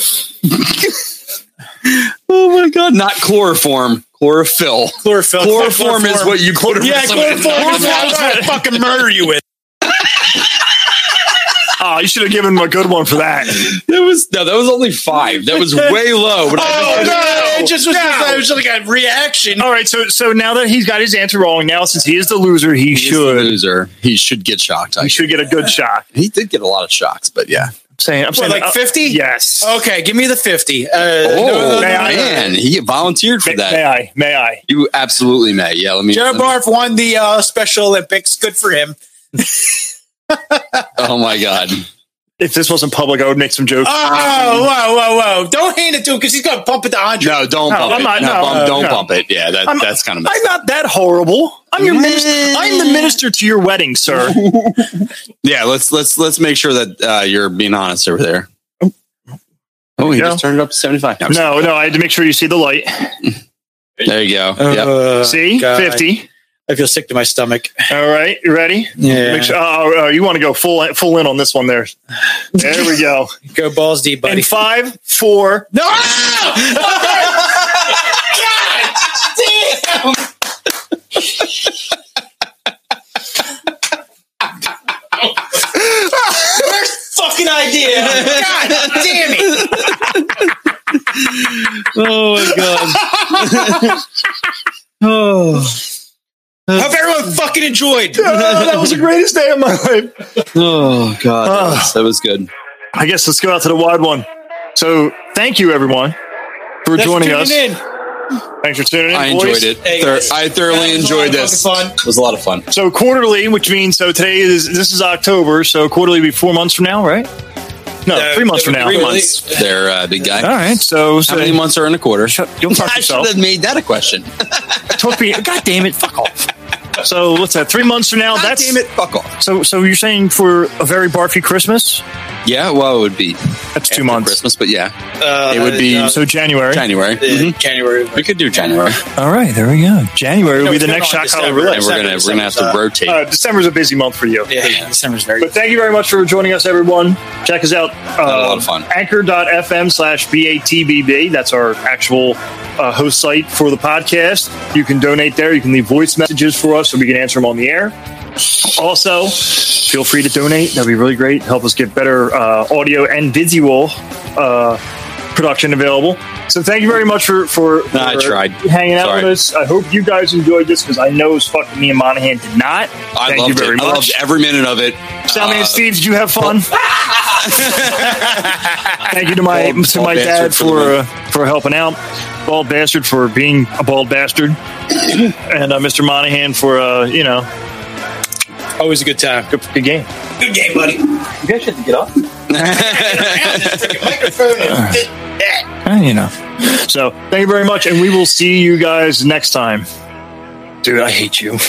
E: Oh my god! Not chloroform. Chlorophyll.
F: Chlorophyll.
E: Chloroform, is what you quoted.
F: Yeah,
E: for somebody.
F: chloroform. Chloroform. I was gonna fucking murder you with.
D: Oh, you should have given him a good one for that.
E: That was no. That was only five. That was way low.
D: Oh.
E: But I just-
F: no! It just was, it was like a reaction.
D: All right, so so now that he's got his answer wrong, now since he is the loser, he
E: He's the
D: should
E: loser. He should get shocked.
D: he
E: I,
D: should get a good shot.
E: he did get a lot of shocks, but yeah.
D: I'm saying, I'm
F: What,
D: saying
F: like
D: uh,
F: 50?
D: Yes.
F: Okay, give me the 50. Uh,
E: Oh
D: may I-
E: man, he volunteered for
D: May,
E: that.
D: may I? May I?
E: You absolutely may. Yeah, let me.
F: Joe
E: let me-
F: Barf won the uh, Special Olympics. Good for him.
E: Oh my god.
D: If this wasn't public, I would make some jokes.
F: Oh, whoa, whoa, whoa. Don't hand it to him because he's going to pump it to 100.
E: No, don't
D: No,
E: bump
D: I'm not-
E: it. no,
D: no,
E: bump,
D: uh,
E: don't
D: no.
E: bump it. Yeah, that,
D: I'm-
E: that's kind of
D: I'm not that horrible. I'm your minister. I'm the minister to your wedding, sir.
E: yeah. Let's let's let's make sure that uh, you're being honest over there. Oh, he
D: you
E: just turned it up to Uh, seventy five.
D: No, no, I had to make sure you see the light.
E: there you go.
F: Uh,
E: yep.
D: see, fifty.
F: I feel sick to my stomach.
D: All right, you ready?
F: Yeah.
D: Make sure, oh, oh, you want to go full full in on this one there. There we go.
F: Go balls deep, buddy.
D: In five, four.
F: no! God damn! Worst fucking idea. God damn it.
E: Oh my god. Oh,
F: Hope everyone fucking enjoyed.
D: Oh, that was the greatest day of my life.
E: Oh god.
D: Ah.
E: That was, that was good.
D: I guess let's go out to the wide one. So thank you everyone for joining us. Thanks for tuning in.
E: I
D: boys.
E: enjoyed it.
F: Hey,
E: Thor-
F: guys.
E: I thoroughly
F: That was a
E: enjoyed
F: lot of
E: this.
F: fucking fun.
E: It was a lot of fun.
D: So quarterly, which means so today is this is October, so quarterly will be four months from now, right? No,
F: No,
D: three months from now.
E: Three
F: Really?
E: months there, uh, big guy.
D: All right. So,
E: How
D: so
E: many months are in a quarter?
D: you'll fuck
E: I should
D: yourself.
E: have made that a question.
D: Took me- God damn it! Fuck off. So what's that? Three months from now.
E: God
D: that's
E: damn it. Fuck off.
D: so. So you're saying for a very barfy Christmas,
E: Yeah, well, it would be
D: That's
E: after
D: two months.
E: Christmas, but yeah,
F: Uh,
E: it would be
F: uh,
D: So January.
E: January.
F: yeah,
E: Mhm.
F: January.
E: We could do January,
D: All right, there we go. January will
F: No,
D: be
F: it's
D: the
F: been
D: next
F: on
D: shot caller
F: December.
D: roulette.
E: and we're gonna we're gonna have to rotate.
D: Uh, December's a busy month for you.
F: Yeah, December's very.
D: But thank you very much for joining us, everyone. Check us out. Uh,
E: a lot of fun.
D: Anchor.fm slash BATBB. That's our actual uh, host site for the podcast. You can donate there. You can leave voice messages for us so we can answer them on the air. Also, feel free to donate. That'd be really great. Help us get better uh, audio and visual uh, production available. So thank you very much for for, for
E: I tried.
D: hanging out
E: Sorry.
D: with us. I hope you guys enjoyed this because I know as fuck me and Monahan did not.
E: I
D: thank
E: loved
D: you very
E: it.
D: much.
E: I loved every minute of it.
D: Salman
E: Uh,
D: and Steve, did you have fun? Thank you to my
E: Bald-
D: to
E: bald
D: my
E: bastard
D: dad
E: for the
D: for uh, for helping out, bald bastard for being a bald bastard, and uh, Mr. Monahan for uh, you know
F: Always a good time.
D: good, good game.
H: Good game, buddy. Microphone. and-
D: Eh, you know, so thank you very much, and we will see you guys next time. Dude, I hate you.